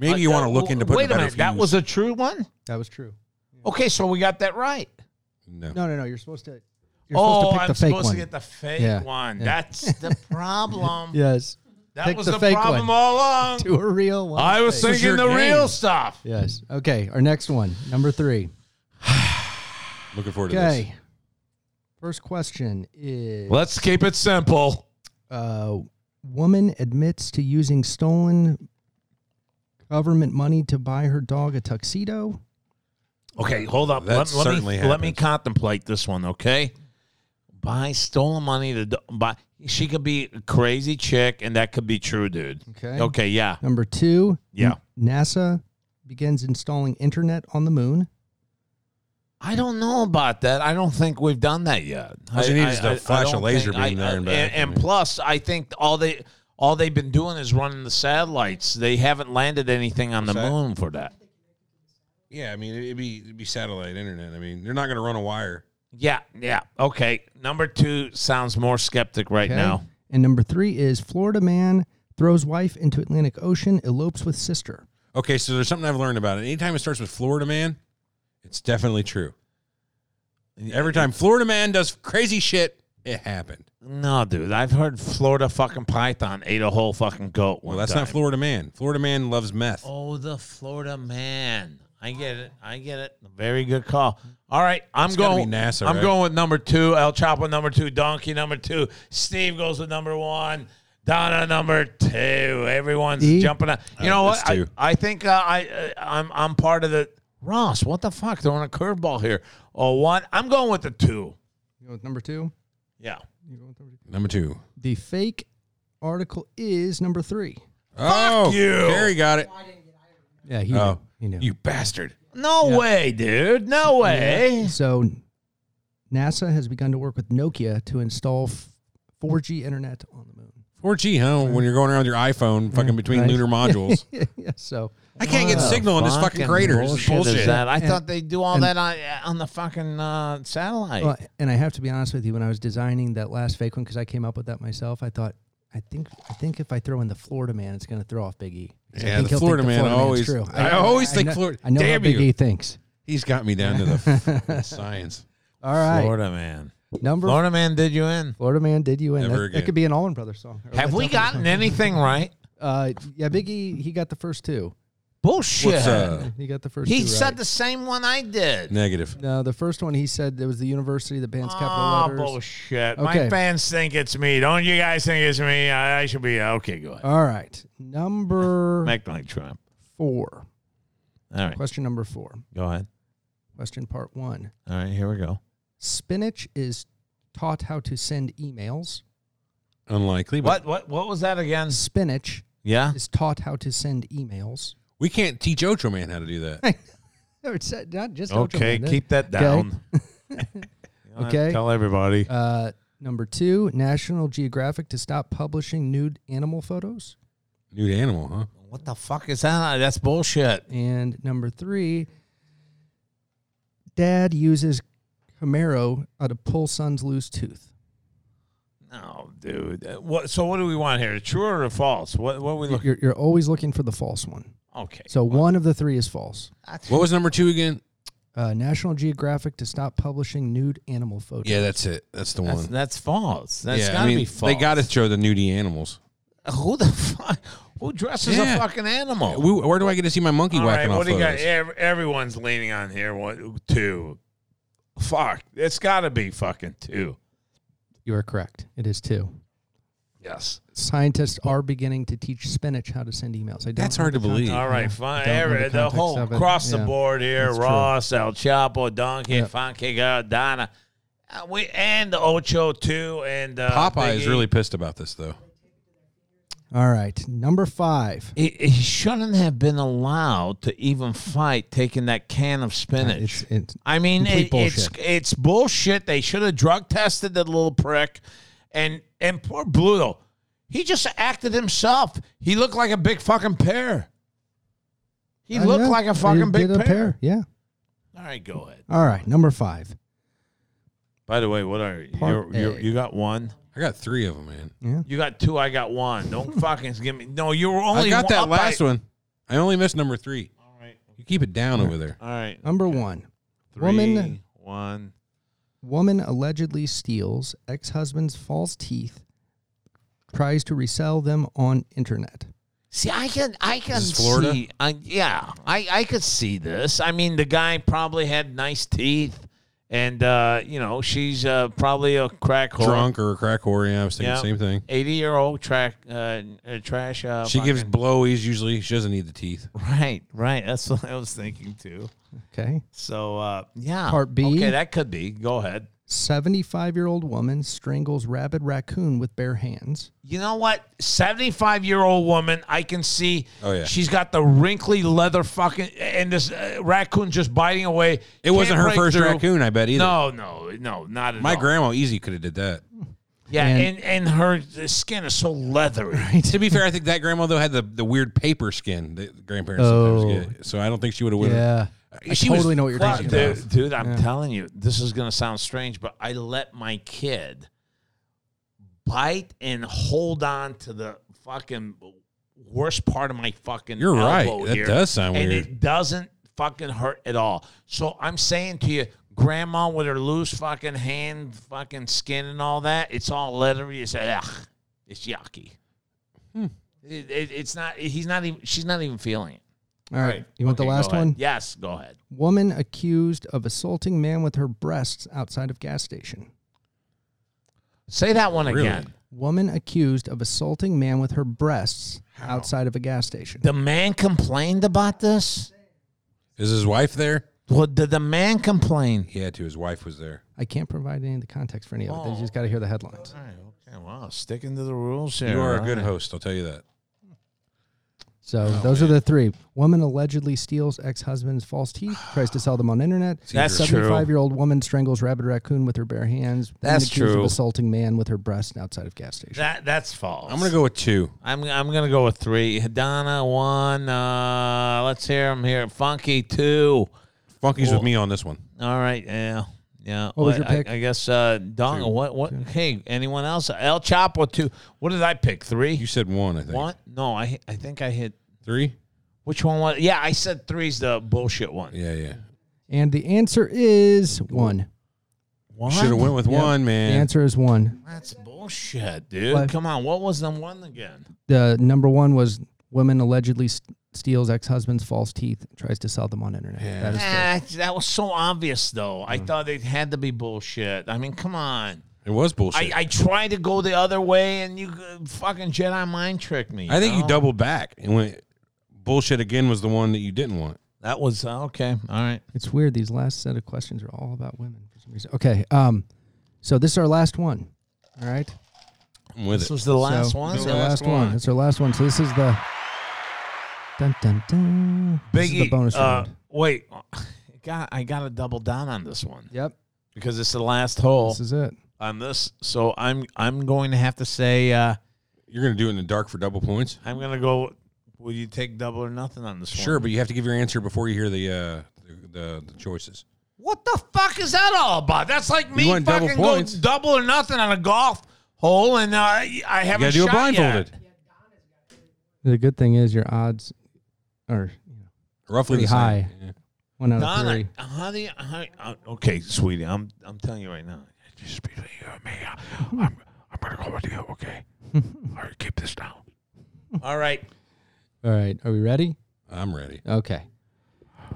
Speaker 3: Maybe you
Speaker 4: Uh,
Speaker 3: want to look into putting
Speaker 4: Wait a
Speaker 3: better
Speaker 4: minute. That
Speaker 3: fuse.
Speaker 4: was a true one.
Speaker 5: that was true.
Speaker 4: Okay, so we got that right.
Speaker 3: no.
Speaker 5: No, no, no. You're supposed to. You're
Speaker 4: Oh,
Speaker 5: supposed to pick
Speaker 4: I'm
Speaker 5: the fake
Speaker 4: supposed
Speaker 5: one.
Speaker 4: to get the fake
Speaker 5: Yeah,
Speaker 4: one.
Speaker 5: yeah.
Speaker 4: That's
Speaker 5: [laughs]
Speaker 4: the problem.
Speaker 5: yes, [laughs]
Speaker 4: That
Speaker 5: Pick
Speaker 4: was
Speaker 5: the
Speaker 4: the,
Speaker 5: fake
Speaker 4: problem
Speaker 5: one.
Speaker 4: all along.
Speaker 5: to a real one.
Speaker 4: I was
Speaker 5: fake.
Speaker 3: This is
Speaker 4: thinking the
Speaker 3: your game.
Speaker 4: real stuff.
Speaker 5: Yes. Okay. Our next one, number three.
Speaker 3: Looking forward to this.
Speaker 5: Okay. First question is
Speaker 4: Let's keep it simple.
Speaker 5: uh, woman admits to using stolen government money to buy her dog a tuxedo.
Speaker 4: Okay, hold up.
Speaker 3: That
Speaker 4: Let, let
Speaker 3: certainly
Speaker 4: me let me
Speaker 3: happens.
Speaker 4: contemplate this one. Okay, buy stolen money to do- buy. She could be a crazy chick, and that could be true, dude.
Speaker 5: Okay.
Speaker 4: Okay. Yeah.
Speaker 5: Number two.
Speaker 4: Yeah.
Speaker 5: NASA begins installing internet on the moon.
Speaker 4: I don't know about that. I don't think we've done that yet.
Speaker 3: All
Speaker 4: I,
Speaker 3: you need is
Speaker 4: I-
Speaker 3: to
Speaker 4: I- I
Speaker 3: flash a
Speaker 4: don't
Speaker 3: laser
Speaker 4: think-
Speaker 3: beam there and back, I
Speaker 4: and,
Speaker 3: mean.
Speaker 4: plus, I think all they all they've been doing is running the satellites. They haven't landed anything on the
Speaker 3: What's that?
Speaker 4: moon for that.
Speaker 3: Yeah, I mean, it'd be it'd be satellite internet. I mean, they're not going to run a wire.
Speaker 4: Yeah, yeah. Okay. Number two sounds more skeptic right
Speaker 5: Okay?
Speaker 4: now.
Speaker 5: And number three is Florida man throws wife into Atlantic Ocean, elopes with sister.
Speaker 3: Okay, so there's something I've learned about it. Anytime it starts with Florida man, it's definitely true. Every time Florida man does crazy shit, it happened.
Speaker 4: No, dude. I've heard Florida fucking python ate a whole fucking goat.
Speaker 3: Well,
Speaker 4: one
Speaker 3: that's
Speaker 4: time.
Speaker 3: not Florida man. Florida man loves meth.
Speaker 4: Oh, the Florida man. I get it. I get it. Very good call. All right, I'm
Speaker 3: It's gotta
Speaker 4: going.
Speaker 3: be NASA,
Speaker 4: I'm
Speaker 3: right?
Speaker 4: going with number two. El Chapo number two. Donkey number two. Steve goes with number one. Donna number two. Everyone's
Speaker 5: E?
Speaker 4: jumping on. You know
Speaker 3: that's
Speaker 4: what? I,
Speaker 3: two.
Speaker 4: I think uh, I uh, I'm I'm part of the Ross. What the fuck? Throwing a curveball here. Oh, one. I'm going with the two.
Speaker 5: You know, with number two.
Speaker 4: Yeah.
Speaker 3: Number two.
Speaker 5: The fake article is number three.
Speaker 3: oh,
Speaker 4: you.
Speaker 3: Gary got it.
Speaker 5: Yeah, he
Speaker 3: Oh,
Speaker 5: knew. He knew.
Speaker 3: you bastard.
Speaker 4: No
Speaker 5: Yeah.
Speaker 4: way, dude. No way.
Speaker 5: So NASA has begun to work with Nokia to install f- 4G internet on the moon. [laughs]
Speaker 3: 4G, huh? When you're going around with your iPhone, fucking between
Speaker 5: right.
Speaker 3: lunar modules.
Speaker 5: yeah, so
Speaker 3: I can't get
Speaker 4: What the
Speaker 3: signal on this fucking crater. This is
Speaker 4: Bullshit,
Speaker 3: bullshit.
Speaker 4: Is that? I
Speaker 5: And-
Speaker 4: thought they do all
Speaker 5: and-
Speaker 4: that on, on the fucking uh, satellite.
Speaker 5: Well, and I have to be honest with you, when I was designing that last fake one, because I came up with that myself, I thought, I think, I think if I throw in the Florida man, it's going to throw off Big E. 'Cause I
Speaker 3: Yeah,
Speaker 5: think
Speaker 3: the
Speaker 5: he'll think
Speaker 3: Florida man
Speaker 5: man's
Speaker 3: always-
Speaker 5: True.
Speaker 3: I always think
Speaker 5: know-
Speaker 3: Florida-
Speaker 5: I know
Speaker 3: damn
Speaker 5: how Big
Speaker 3: you.
Speaker 5: E thinks.
Speaker 3: He's got me down to the fucking science.
Speaker 5: All right,
Speaker 4: Florida man.
Speaker 5: number
Speaker 4: Florida
Speaker 5: Florida.
Speaker 4: man did you in.
Speaker 5: man, did you in?
Speaker 3: Never
Speaker 5: That, that
Speaker 3: again.
Speaker 5: could be an Allman Brothers song. Or
Speaker 4: Have
Speaker 5: Led
Speaker 4: we
Speaker 5: Zeppelin
Speaker 4: gotten
Speaker 5: song.
Speaker 4: anything right?
Speaker 5: Uh, yeah, Big E, he got the first two.
Speaker 4: Bullshit.
Speaker 3: What's uh,
Speaker 5: He got the first.
Speaker 4: He
Speaker 5: two
Speaker 4: said
Speaker 5: right.
Speaker 4: the same one I did.
Speaker 3: negative?
Speaker 5: No, the first one he said it was the university, the band's capital
Speaker 3: Ah,
Speaker 4: Oh,
Speaker 5: letters.
Speaker 4: bullshit.
Speaker 5: Okay.
Speaker 4: My fans think it's me. Don't you guys think it's me? I, I should be. Okay, go ahead.
Speaker 5: All right, number
Speaker 4: Make like Trump.
Speaker 5: four.
Speaker 4: All right,
Speaker 5: Question number four.
Speaker 4: go ahead.
Speaker 5: Question part one.
Speaker 4: All right, here we go.
Speaker 5: Spinach is taught how to send emails.
Speaker 3: Unlikely. But
Speaker 4: What what what was that again?
Speaker 5: Spinach
Speaker 4: Yeah.
Speaker 5: is taught how to send emails.
Speaker 3: we can't teach Ocho Man how to do that.
Speaker 5: No, it's uh, not just Ocho
Speaker 4: Okay,
Speaker 5: Man.
Speaker 4: keep that
Speaker 5: Okay.
Speaker 4: down.
Speaker 5: Okay.
Speaker 4: Tell everybody.
Speaker 5: Uh, number two, National Geographic to stop publishing nude animal photos.
Speaker 3: Nude animal, huh?
Speaker 4: What the fuck is that? That's bullshit.
Speaker 5: And number three, Dad uses Camaro uh, to pull son's loose tooth.
Speaker 4: No, dude. Uh, What? So what do we want here? True or false? What what are we looking?
Speaker 5: You're, you're always looking for the false one.
Speaker 4: Okay.
Speaker 5: So one of the three is false.
Speaker 4: That's-
Speaker 3: What was number two again?
Speaker 5: Uh, National Geographic to stop publishing nude animal photos.
Speaker 3: Yeah, that's it. That's the
Speaker 4: That's,
Speaker 3: one.
Speaker 4: that's false. That's
Speaker 3: yeah,
Speaker 4: gotta be false.
Speaker 3: They got to show the nudie animals.
Speaker 4: [laughs] Who the fuck? Who dresses
Speaker 3: Yeah.
Speaker 4: a fucking animal?
Speaker 3: We, where do I get to see my monkey
Speaker 4: All right,
Speaker 3: whacking off
Speaker 4: what do you got?
Speaker 3: photos?
Speaker 4: Ev- Everyone's leaning on here. One, two. Fuck. It's got to be fucking two.
Speaker 5: You are correct. It is two.
Speaker 4: Yes.
Speaker 5: Scientists are beginning to teach spinach how to send emails. I don't
Speaker 3: That's
Speaker 5: know
Speaker 3: hard
Speaker 5: the
Speaker 3: to believe.
Speaker 5: context.
Speaker 4: All right,
Speaker 5: Yeah,
Speaker 4: fine.
Speaker 5: I don't know
Speaker 4: Every, the
Speaker 5: context
Speaker 4: whole
Speaker 5: of it.
Speaker 4: across
Speaker 5: Yeah.
Speaker 4: the board here:
Speaker 5: That's true.
Speaker 4: Ross, El Chapo, Donkey,
Speaker 5: Yeah.
Speaker 4: Fonseca, Donna, uh, we and Ocho too, and uh,
Speaker 3: Popeye
Speaker 4: Big
Speaker 3: is
Speaker 4: E.
Speaker 3: really pissed about this, though.
Speaker 5: All right. Number five.
Speaker 4: He, he shouldn't have been allowed to even fight taking that can of spinach.
Speaker 5: It's, it's,
Speaker 4: I mean,
Speaker 5: Complete
Speaker 4: it, it's it's bullshit. They should have drug tested the little prick, and and poor Bluto, he just acted himself. He looked like a big fucking pear. He
Speaker 5: I
Speaker 4: looked
Speaker 5: know.
Speaker 4: like a
Speaker 5: They
Speaker 4: fucking big
Speaker 5: uh, did a
Speaker 4: pear.
Speaker 5: pair. Yeah.
Speaker 4: All right, go ahead.
Speaker 5: All right. Number five.
Speaker 4: By the way, what are you?
Speaker 5: Part
Speaker 4: you
Speaker 5: A.
Speaker 4: you got one.
Speaker 3: I got three of them, man.
Speaker 4: You got two. I got one.
Speaker 5: [laughs]
Speaker 4: Don't fucking give me. No, you were only.
Speaker 3: I got
Speaker 4: one-
Speaker 3: that
Speaker 4: up by-
Speaker 3: last one. I only missed number three. All right. You keep it down over there.
Speaker 4: All right,
Speaker 5: Number one.
Speaker 4: three,
Speaker 5: Woman-
Speaker 4: one.
Speaker 5: Woman allegedly steals ex husband's false teeth, tries to resell them on internet.
Speaker 4: See, I can, I can
Speaker 3: is Florida?
Speaker 4: see, I, yeah, I, I could see this. I mean, the guy probably had nice teeth, and uh, you know, she's uh, probably a crack whore.
Speaker 3: Drunk or a crack whore. Yeah, I was thinking
Speaker 4: Yeah.
Speaker 3: the same thing.
Speaker 4: eighty-year-old track, uh, uh, trash. Uh,
Speaker 3: She gives
Speaker 4: fucking-
Speaker 3: blowies usually. She doesn't need the teeth.
Speaker 4: [laughs] right, right. That's what I was thinking too.
Speaker 5: Okay.
Speaker 4: So, uh, yeah,
Speaker 5: Part B.
Speaker 4: Okay, that could be. Go ahead.
Speaker 5: 75 year old woman strangles rabid raccoon with bare hands.
Speaker 4: You know what? Seventy-five-year-old woman, I can see.
Speaker 3: Oh, yeah.
Speaker 4: she's got the wrinkly leather fucking, and this uh, raccoon just biting away.
Speaker 3: It wasn't
Speaker 4: Can't
Speaker 3: her
Speaker 4: break
Speaker 3: first
Speaker 4: through.
Speaker 3: raccoon, I bet either.
Speaker 4: No, no, no, not at
Speaker 3: My
Speaker 4: all.
Speaker 3: grandma easy could have did that.
Speaker 4: yeah,
Speaker 5: And-
Speaker 4: and, and her the skin is so leathery.
Speaker 3: to be fair, I think that grandma though had the, the weird paper skin that the grandparents
Speaker 5: Oh.
Speaker 3: sometimes get. So I don't think she would have.
Speaker 5: I
Speaker 3: She was-
Speaker 5: totally know what you're
Speaker 4: Fuck,
Speaker 5: talking about.
Speaker 4: dude, dude, I'm telling you, this is gonna sound strange, but I let my kid bite and hold on to the fucking worst part of my fucking.
Speaker 3: You're right.
Speaker 4: elbow
Speaker 3: That
Speaker 4: here,
Speaker 3: does sound
Speaker 4: and
Speaker 3: weird.
Speaker 4: it doesn't fucking hurt at all. So I'm saying to you, grandma with her loose fucking hand, fucking skin, and all that, it's all leathery. It's ugh, it's yucky.
Speaker 5: Hmm.
Speaker 4: It, it, it's not. He's not even. She's not even feeling it.
Speaker 5: All right. You want
Speaker 4: Okay,
Speaker 5: the
Speaker 4: go
Speaker 5: last
Speaker 4: ahead.
Speaker 5: one?
Speaker 4: Yes, go ahead.
Speaker 5: Woman accused of assaulting man with her breasts outside of gas station.
Speaker 4: Say that one
Speaker 3: Really?
Speaker 4: again.
Speaker 5: Woman accused of assaulting man with her breasts outside of a gas station.
Speaker 4: The man complained about this.
Speaker 3: Is his wife there?
Speaker 4: Well, did the man complain?
Speaker 3: He had to. His wife was there.
Speaker 5: I can't provide any of the context for any of it.
Speaker 4: Oh.
Speaker 5: They just got to hear the headlines.
Speaker 4: Okay, wow, sticking to the rules here.
Speaker 3: You are a good host. I'll tell you that.
Speaker 5: So
Speaker 4: Oh,
Speaker 5: those are the three. Woman allegedly steals ex-husband's false teeth, tries to sell them on internet.
Speaker 4: That's true.
Speaker 5: Seventy-five-year-old woman strangles rabid raccoon with her bare hands. woman
Speaker 4: That's
Speaker 5: accused
Speaker 4: true.
Speaker 5: Of assaulting man with her breast outside of gas station.
Speaker 4: That that's false.
Speaker 3: I'm gonna go with two.
Speaker 4: I'm I'm gonna go with three. Hadana one. Uh, let's hear him here. Funky two.
Speaker 3: Funky's with me on this one.
Speaker 4: All right. Yeah. Yeah.
Speaker 5: What was
Speaker 4: Well,
Speaker 5: your
Speaker 4: I-
Speaker 5: pick?
Speaker 4: I, guess uh, Dong. What? What? Hey, anyone else? El Chapo two. What did I pick?
Speaker 3: You
Speaker 4: Three.
Speaker 3: said one, I think.
Speaker 4: One? No, I I think I hit.
Speaker 3: Three?
Speaker 4: Which one was? Yeah, I said three's the bullshit one.
Speaker 3: Yeah, yeah.
Speaker 5: And the answer is one.
Speaker 4: One.
Speaker 3: Should have went with
Speaker 5: Yeah.
Speaker 3: one, man.
Speaker 5: The answer is one.
Speaker 4: That's bullshit, dude.
Speaker 5: What?
Speaker 4: Come on. What was the one again?
Speaker 5: The number one was woman allegedly s steals ex-husband's false teeth, tries to sell them on internet. That is true.
Speaker 4: Ah, that was so obvious, though. I thought it had to be bullshit. I mean, come on.
Speaker 3: It was bullshit.
Speaker 4: I, I tried to go the other way, and you uh, fucking Jedi mind tricked me.
Speaker 3: I think you
Speaker 4: know?
Speaker 3: doubled back and went bullshit again was the one that you didn't want.
Speaker 4: That was uh, okay. All right.
Speaker 5: It's weird. These last set of questions are all about women for some reason. Okay. Um. So this is our last one. All right.
Speaker 3: I'm with
Speaker 4: This
Speaker 3: it.
Speaker 4: was the last
Speaker 5: so,
Speaker 4: one.
Speaker 5: This is
Speaker 4: So
Speaker 5: our last one. It's our last one. So this is the dun dun dun. this is the
Speaker 4: Biggie.
Speaker 5: bonus
Speaker 4: uh,
Speaker 5: round.
Speaker 4: Wait. [laughs] God, I got to double down on this one
Speaker 5: Yep.
Speaker 4: because it's the last hole
Speaker 5: This is it.
Speaker 4: on this. So I'm I'm going to have to say uh,
Speaker 3: You're gonna do it in the dark for double points.
Speaker 4: I'm going to go. Will you take double or nothing on this one?
Speaker 3: Sure, but you have to give your answer before you hear the uh, the, the, the choices.
Speaker 4: What the fuck is that all about? That's like me
Speaker 3: want double
Speaker 4: fucking go
Speaker 3: points.
Speaker 4: double or nothing on a golf hole, and uh, I I
Speaker 3: You
Speaker 4: haven't
Speaker 3: gotta do it
Speaker 4: shot yet.
Speaker 3: blindfolded.
Speaker 5: The good thing is your odds are
Speaker 3: Roughly
Speaker 5: Pretty
Speaker 3: the same.
Speaker 5: high.
Speaker 3: Yeah.
Speaker 5: one out of
Speaker 4: Donna,
Speaker 5: three.
Speaker 4: how do you? How, uh, okay, sweetie, I'm I'm telling you right now. Just between you and me, I'm I'm gonna go with you.
Speaker 5: [laughs]
Speaker 4: Okay. All right, keep this down. All right,
Speaker 5: All right. Are we ready?
Speaker 3: I'm ready.
Speaker 5: Okay.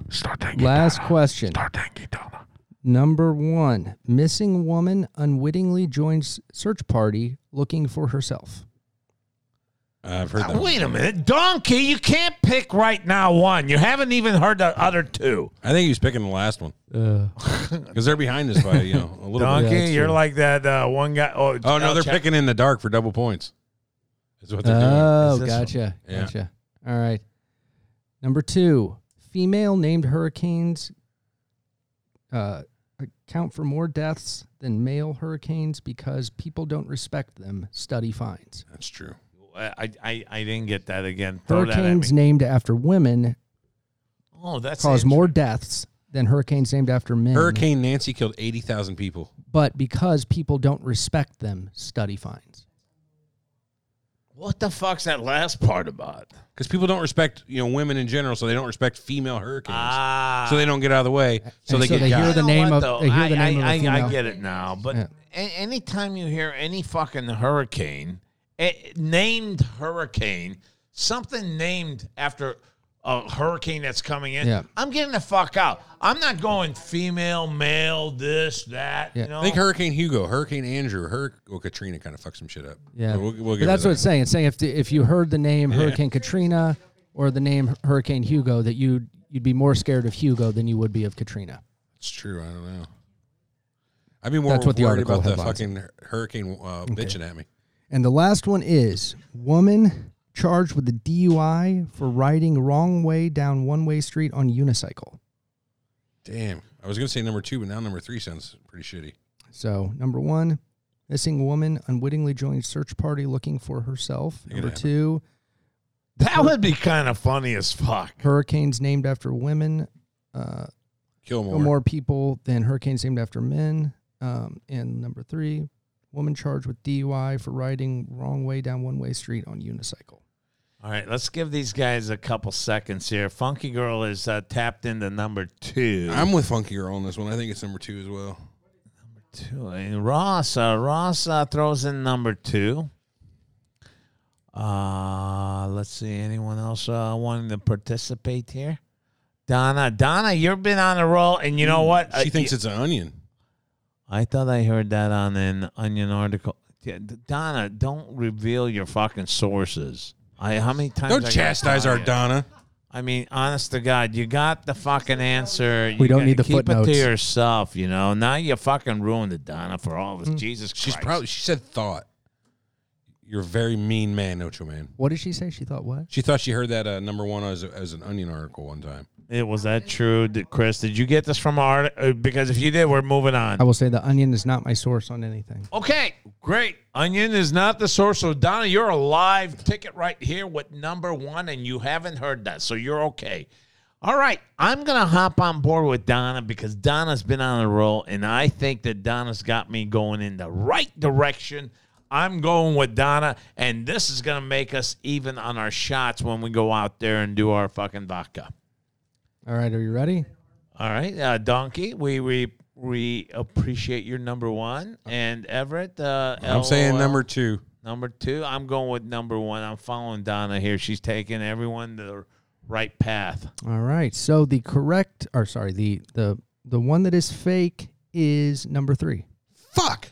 Speaker 4: start thinking.
Speaker 5: Last question.
Speaker 4: Start thinking, Donna.
Speaker 5: Number one. Missing woman unwittingly joins search party looking for herself.
Speaker 3: I've heard that.
Speaker 4: Now,
Speaker 3: one.
Speaker 4: wait a minute, donkey! You can't pick right now. One, you haven't even heard the other two.
Speaker 3: I think he was picking the last one
Speaker 5: Uh,
Speaker 3: because they're behind us by you know a little
Speaker 4: Donkey,
Speaker 3: bit.
Speaker 5: that's
Speaker 4: you're
Speaker 5: true.
Speaker 4: like that uh, one guy. Oh,
Speaker 3: Oh no,
Speaker 4: I'll
Speaker 3: they're
Speaker 4: check.
Speaker 3: picking in the dark for double points. Is what they're
Speaker 5: oh,
Speaker 4: It's this
Speaker 5: gotcha.
Speaker 3: one. Yeah.
Speaker 5: Gotcha. All right. Number two. Female named hurricanes uh, account for more deaths than male hurricanes because people don't respect them, study finds.
Speaker 3: doing. That's true.
Speaker 4: I, I, I didn't get that again. Throw that at
Speaker 5: Hurricanes
Speaker 4: me.
Speaker 5: named after women
Speaker 4: Oh, that's
Speaker 5: cause more
Speaker 4: interesting.
Speaker 5: deaths than hurricanes named after men.
Speaker 3: Hurricane Nancy killed eighty thousand people.
Speaker 5: But because people don't respect them, study finds.
Speaker 4: What the fuck's that last part about?
Speaker 3: Because people don't respect you know women in general, so they don't respect female hurricanes,
Speaker 4: Ah,
Speaker 3: so they don't get out of the way, so
Speaker 5: And
Speaker 3: they
Speaker 5: so
Speaker 3: get
Speaker 5: they
Speaker 3: got.
Speaker 5: hear the
Speaker 4: You know
Speaker 5: name
Speaker 4: what,
Speaker 5: of-
Speaker 4: though?
Speaker 5: they hear the
Speaker 4: I,
Speaker 5: name of
Speaker 4: I,
Speaker 5: the
Speaker 4: I, I
Speaker 5: female.
Speaker 4: get it now, but
Speaker 5: Yeah.
Speaker 4: a- anytime you hear any fucking hurricane eh, named hurricane, something named after a hurricane that's coming in,
Speaker 5: Yeah.
Speaker 4: I'm getting the fuck out. I'm not going female, male, this, that.
Speaker 5: Yeah.
Speaker 4: You know,
Speaker 3: I think Hurricane Hugo, Hurricane Andrew, Hurricane well, Katrina kind of fucked some shit up.
Speaker 5: Yeah,
Speaker 3: But we'll, we'll
Speaker 5: But
Speaker 3: get
Speaker 5: that's
Speaker 3: rid
Speaker 5: what
Speaker 3: of
Speaker 5: it's saying. It's saying if the, if you heard the name Hurricane Katrina or the name Hurricane Hugo, that you would you'd be more scared of Hugo than you would be of Katrina.
Speaker 3: that. It's true. I don't know. I'd be more
Speaker 5: That's what the
Speaker 3: worried
Speaker 5: article
Speaker 3: about the
Speaker 5: headlines.
Speaker 3: fucking hurricane uh, bitching at me.
Speaker 5: And the last one is woman charged with a DUI for riding wrong way down one way street on unicycle.
Speaker 3: Damn, I was gonna say number two, but now number three sounds pretty shitty.
Speaker 5: So number one, missing woman unwittingly joins search party looking for herself.
Speaker 3: gonna
Speaker 5: Number
Speaker 3: have it.
Speaker 5: two,
Speaker 4: that would be kind of funny as fuck.
Speaker 5: hurricanes named after women. Uh,
Speaker 3: Killmore.
Speaker 5: Or more people than hurricanes named after men. Um, and number three, woman charged with DUI for riding wrong way down one way street on unicycle.
Speaker 4: All right, let's give these guys a couple seconds here. Funky Girl is uh, tapped into number two.
Speaker 3: I'm with Funky Girl on this one. I think it's number two as well.
Speaker 4: two. And Ross, uh, Ross uh, throws in number two. Uh, let's see. Anyone else uh, wanting to participate here? Donna, Donna, you've been on a roll, and you know what?
Speaker 3: Hmm,
Speaker 5: Uh,
Speaker 3: She thinks it's an onion.
Speaker 4: I thought I heard that on an Onion article. Yeah, D- Donna, don't reveal your fucking sources. I how many times? I
Speaker 3: Don't
Speaker 4: gotta
Speaker 3: chastise
Speaker 4: tell
Speaker 3: our
Speaker 4: you?
Speaker 3: Donna.
Speaker 4: I mean, honest to God, you got the fucking answer.
Speaker 5: We
Speaker 4: You
Speaker 5: don't
Speaker 4: got-
Speaker 5: need the
Speaker 4: keep
Speaker 5: footnotes.
Speaker 4: it to yourself. You know,
Speaker 5: Hmm.
Speaker 4: now you fucking ruined it, Donna, for all of us. Jesus Christ.
Speaker 3: She's probably she said thought. You're a very mean man, Ocho Man.
Speaker 5: What did she say? She thought what?
Speaker 3: She thought she heard that uh, number one as, as an onion article one time.
Speaker 4: It was that true, Did- Chris? Did you get this from our? uh, Because if you did, we're moving on.
Speaker 5: I will say the onion is not my source on anything.
Speaker 4: Okay, great. Onion is not the source. So Donna, you're a live ticket right here with number one, and you haven't heard that, so you're okay. All right, I'm gonna hop on board with Donna because Donna's been on a roll, and I think that Donna's got me going in the right direction. I'm going with Donna, and this is gonna make us even on our shots when we go out there and do our fucking vodka.
Speaker 5: All right, are you ready?
Speaker 4: All right, uh, Donkey, we we we appreciate your number one, and Everett. Uh,
Speaker 5: Oh,
Speaker 3: I'm saying
Speaker 4: LOL.
Speaker 3: number two.
Speaker 4: Number two, I'm going with number one. I'm following Donna here. She's taking everyone to the right path.
Speaker 5: All right. So the correct, or sorry, the the the one that is fake is number three.
Speaker 3: Fuck.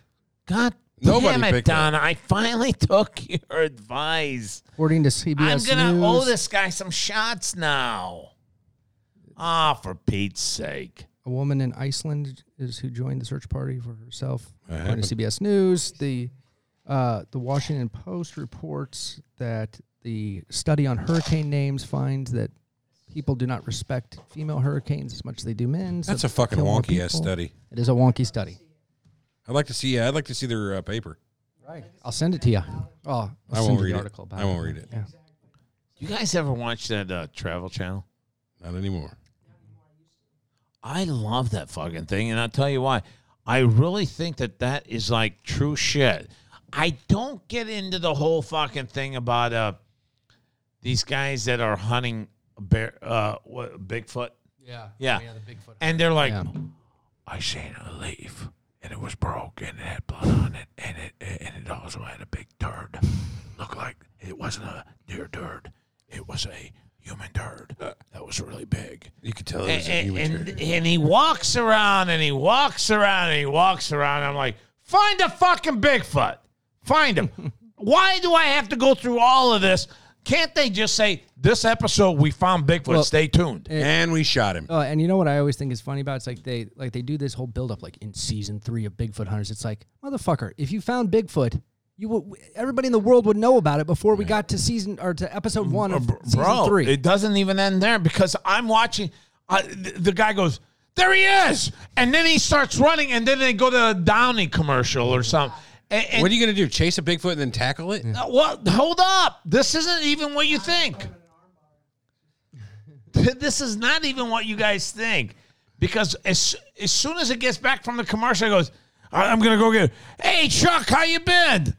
Speaker 4: God
Speaker 3: Nobody
Speaker 4: damn it,
Speaker 3: picked that.
Speaker 4: Donna. I finally [laughs] took your advice.
Speaker 5: According to CBS
Speaker 4: I'm going
Speaker 5: News,
Speaker 4: to owe this guy some shots now. Ah, for Pete's sake.
Speaker 5: a woman in Iceland is who joined the search party for herself. According to CBS News, the uh, the Washington Post reports that the study on hurricane names finds that people do not respect female hurricanes as much as they do men. so
Speaker 3: That's a
Speaker 5: they
Speaker 3: fucking
Speaker 5: kill more
Speaker 3: wonky ass
Speaker 5: people.
Speaker 3: study.
Speaker 5: It is a wonky study.
Speaker 3: I'd like to see. Yeah, I'd like to see their uh, paper.
Speaker 5: Right. I'll send it to you. Oh, I'll
Speaker 3: I
Speaker 5: send
Speaker 3: won't
Speaker 5: you
Speaker 3: read
Speaker 5: the
Speaker 3: it.
Speaker 5: article about
Speaker 3: I won't read it.
Speaker 5: Yeah.
Speaker 4: You guys ever watch that uh, Travel Channel?
Speaker 3: Not anymore.
Speaker 4: I love that fucking thing, and I'll tell you why. I really think that that is like true shit. I don't get into the whole fucking thing about uh these guys that are hunting bear uh what, Bigfoot.
Speaker 5: Yeah.
Speaker 4: Yeah. And they're like,
Speaker 5: Yeah.
Speaker 4: I seen a leaf and it was broke and it had blood on it and it and it also had a big turd. Looked like it wasn't a deer turd. It was a human turd that was really big
Speaker 3: You could tell it was
Speaker 4: and,
Speaker 3: a human
Speaker 4: and,
Speaker 3: turd.
Speaker 4: and he walks around and he walks around and he walks around. I'm like, find a fucking Bigfoot.
Speaker 3: [laughs]
Speaker 4: Find him. Why do I have to go through all of this? Can't they just say, this episode we found Bigfoot.
Speaker 5: Well,
Speaker 4: Stay tuned.
Speaker 3: And we shot him.
Speaker 5: Oh, and you know what I always think is funny about? It's like they like they do this whole buildup, like in season three of Bigfoot Hunters. It's like motherfucker, if you found Bigfoot, you would everybody in the world would know about it before we got to season or to episode one of
Speaker 4: Mm, uh, Bro,
Speaker 5: season three.
Speaker 4: it doesn't even end there because I'm watching. I th- the guy goes, there he is. And then he starts running and then they go to a Downey commercial or something. And, and-
Speaker 3: What are you gonna do? Chase a Bigfoot and then tackle it?
Speaker 4: Uh, well, hold up. This isn't even what you think. this is not even what you guys think. Because as as soon as it gets back from the commercial, it goes, "I- I'm gonna go get it. Hey Chuck, how you been?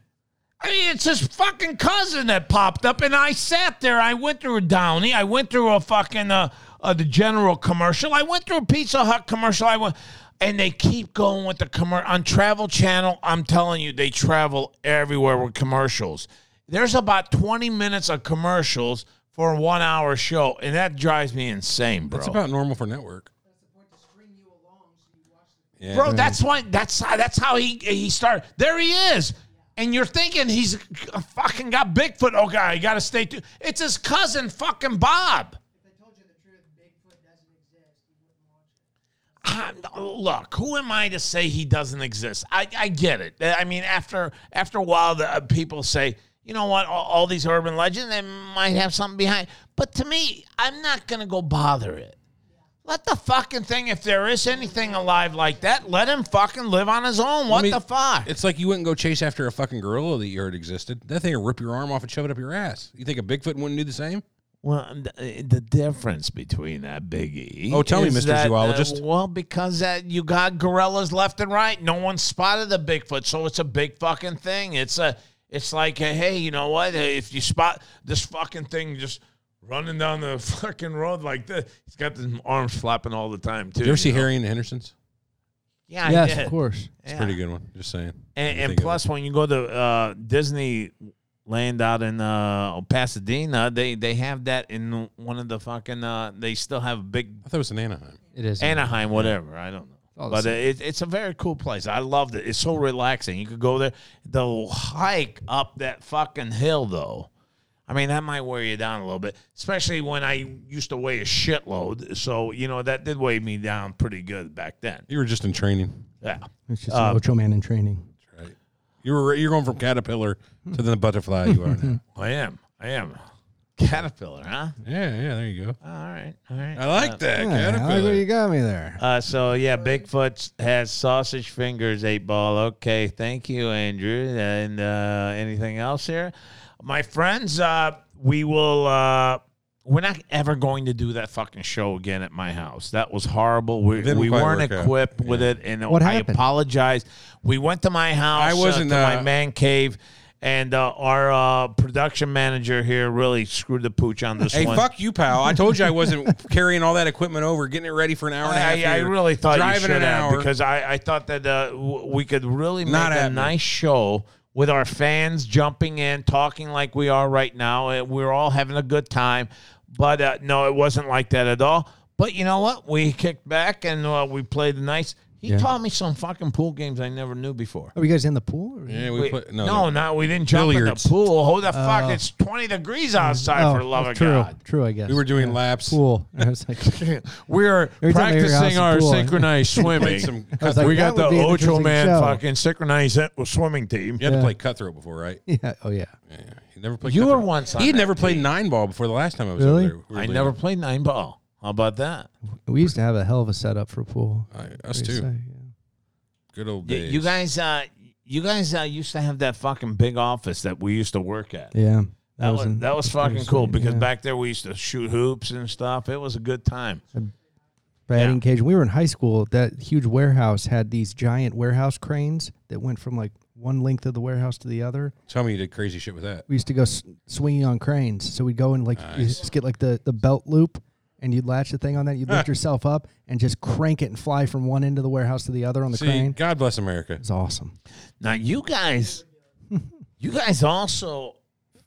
Speaker 4: I mean, it's his fucking cousin that popped up, and I sat there. I went through a Downey. I went through a fucking uh, uh the General commercial. I went through a Pizza Hut commercial. I went, and they keep going with the commercial on Travel Channel. I'm telling you, they travel everywhere with commercials. There's about 20 minutes of commercials for a one-hour show, and that drives me insane, bro.
Speaker 3: That's about normal for network. Yeah.
Speaker 4: Bro, that's why. That's how. That's how he he started. There he is, and you're thinking he's fucking got Bigfoot. Okay, I gotta stay. Too. It's his cousin, fucking Bob. I- Look, who am I to say he doesn't exist? I, I get it. I mean, after after a while, the uh, people say, you know what, all, all these urban legends, they might have something behind. But to me, I'm not gonna go bother it. Let the fucking thing, if there is anything alive like that, let him fucking live on his own. What
Speaker 3: I mean,
Speaker 4: the fuck?
Speaker 3: It's like you wouldn't go chase after a fucking gorilla that you heard existed. That thing will rip your arm off and shove it up your ass. You think a Bigfoot wouldn't do the same?
Speaker 4: Well, and the eh, the difference between that biggie. uh,
Speaker 3: Oh, tell me, Mr. Zoologist.
Speaker 4: well, because that you got gorillas left and right. No one spotted the Bigfoot, so it's a big fucking thing. It's a, it's like, a, hey, you know what? If you spot this fucking thing, just running down the [laughs] fucking road like this, he's got his arms flapping all the time too.
Speaker 3: Did you ever see
Speaker 4: know?
Speaker 3: Harry and the Hendersons?
Speaker 4: Yeah, I
Speaker 5: yes,
Speaker 4: did.
Speaker 5: of course.
Speaker 3: It's a
Speaker 4: Yeah.
Speaker 3: pretty good one. Just saying.
Speaker 4: And,
Speaker 3: You
Speaker 4: and
Speaker 3: think of
Speaker 4: plus, when you go to uh, Disneyland out in uh, Pasadena, they they have that in one of the fucking. Uh, they still have a big
Speaker 3: it. I thought it was in Anaheim.
Speaker 5: It is
Speaker 4: Anaheim, whatever. I don't know.
Speaker 5: all the
Speaker 4: But
Speaker 5: same.
Speaker 4: it, it's a very cool place. I loved it. It's so relaxing. You could go there. The hike up that fucking hill, though, I mean, that might wear you down a little bit, especially when I used to weigh a shitload. So, you know, that did weigh me down pretty good back then.
Speaker 3: You were just in training.
Speaker 4: Yeah. uh,
Speaker 5: It's just an Ocho Man in training.
Speaker 3: That's right. You were you're going from caterpillar to the butterfly you are now.
Speaker 4: I am. I am. Caterpillar, huh?
Speaker 3: Yeah, yeah, there you go.
Speaker 4: All right. All right.
Speaker 3: I like that
Speaker 5: Yeah, I like
Speaker 3: caterpillar.
Speaker 5: where you got me there.
Speaker 4: Uh, so yeah, Bigfoot has sausage fingers. Eight ball. Okay, thank you, Andrew. And uh, anything else here, my friends? Uh, we will. Uh, we're not ever going to do that fucking show again at my house. That was horrible. We,
Speaker 3: Didn't
Speaker 4: we
Speaker 3: quite
Speaker 4: weren't
Speaker 3: work out.
Speaker 4: equipped with it, and
Speaker 5: What
Speaker 4: I
Speaker 5: happened?
Speaker 4: apologize. We went to my house.
Speaker 3: I
Speaker 4: uh,
Speaker 3: wasn't,
Speaker 4: to my
Speaker 3: uh,
Speaker 4: man cave. And uh, our uh, production manager here really screwed the pooch on this
Speaker 3: Hey,
Speaker 4: one.
Speaker 3: fuck you, pal! I told you I wasn't carrying all that equipment over, getting it ready for an hour and a half.
Speaker 4: I, I
Speaker 3: here,
Speaker 4: really thought
Speaker 3: driving
Speaker 4: you should
Speaker 3: an hour
Speaker 4: because I, I thought that uh, w- we could really make
Speaker 3: Not
Speaker 4: a
Speaker 3: happening.
Speaker 4: nice show with our fans jumping in, talking like we are right now. and We're all having a good time, but uh, no, it wasn't like that at all. But you know what? We kicked back and uh, we played the nice. He taught me some fucking pool games I never knew before.
Speaker 5: Are Oh, you guys in the pool? Or?
Speaker 3: Yeah, we
Speaker 4: Wait,
Speaker 3: put,
Speaker 4: no,
Speaker 3: no,
Speaker 4: no, we didn't jump
Speaker 3: Billiards.
Speaker 4: in the pool. Hold the fuck! It's twenty degrees outside for the love of
Speaker 5: Oh, true,
Speaker 4: God.
Speaker 5: True, I guess.
Speaker 3: We were doing
Speaker 5: Yeah.
Speaker 3: laps.
Speaker 5: [laughs]
Speaker 4: [laughs]
Speaker 5: Pool. I was like, [laughs] I
Speaker 4: We're
Speaker 5: Every time I hear House
Speaker 4: practicing
Speaker 5: of
Speaker 4: our
Speaker 5: Pool, I-
Speaker 4: synchronized [laughs] swimming.
Speaker 3: Played some.
Speaker 5: was like,
Speaker 4: we got
Speaker 5: that would
Speaker 4: the
Speaker 5: be an
Speaker 4: Ocho
Speaker 5: interesting
Speaker 4: Man
Speaker 5: show.
Speaker 4: fucking synchronized uh, swimming team.
Speaker 3: You had to
Speaker 5: Yeah.
Speaker 3: play cutthroat before, right?
Speaker 5: Yeah. Oh yeah.
Speaker 3: He never played.
Speaker 4: You were
Speaker 3: cutthroat.
Speaker 4: once on
Speaker 3: He had
Speaker 4: that
Speaker 3: never played nine ball before the last time I was
Speaker 5: Really?
Speaker 3: over there. We were
Speaker 4: I
Speaker 3: leaving.
Speaker 4: never played nine ball. How about that?
Speaker 5: We used to have a hell of a setup for pool.
Speaker 4: Oh,
Speaker 3: I- us
Speaker 5: What do you
Speaker 3: too.
Speaker 5: say? Yeah.
Speaker 3: Good old
Speaker 4: Y-
Speaker 3: days.
Speaker 4: You guys, uh, you guys uh, used to have that fucking big office that we used to work at.
Speaker 5: Yeah.
Speaker 4: That was,
Speaker 5: an-
Speaker 4: that was fucking cool
Speaker 5: sweet,
Speaker 4: because
Speaker 5: yeah.
Speaker 4: back there we used to shoot hoops and stuff. It was a good time.
Speaker 5: batting
Speaker 4: yeah.
Speaker 5: cage. When we were in high school, that huge warehouse had these giant warehouse cranes that went from like one length of the warehouse to the other.
Speaker 3: Tell me you did crazy shit with that.
Speaker 5: We used to go s- swinging on cranes. So we'd go and like you just get like the, the belt loop and you'd latch the thing on that. You'd lift yourself up and just crank it and fly from one end of the warehouse to the other on the
Speaker 3: See,
Speaker 5: crane. It
Speaker 3: God bless America.
Speaker 5: was awesome.
Speaker 4: Now you guys, you guys also,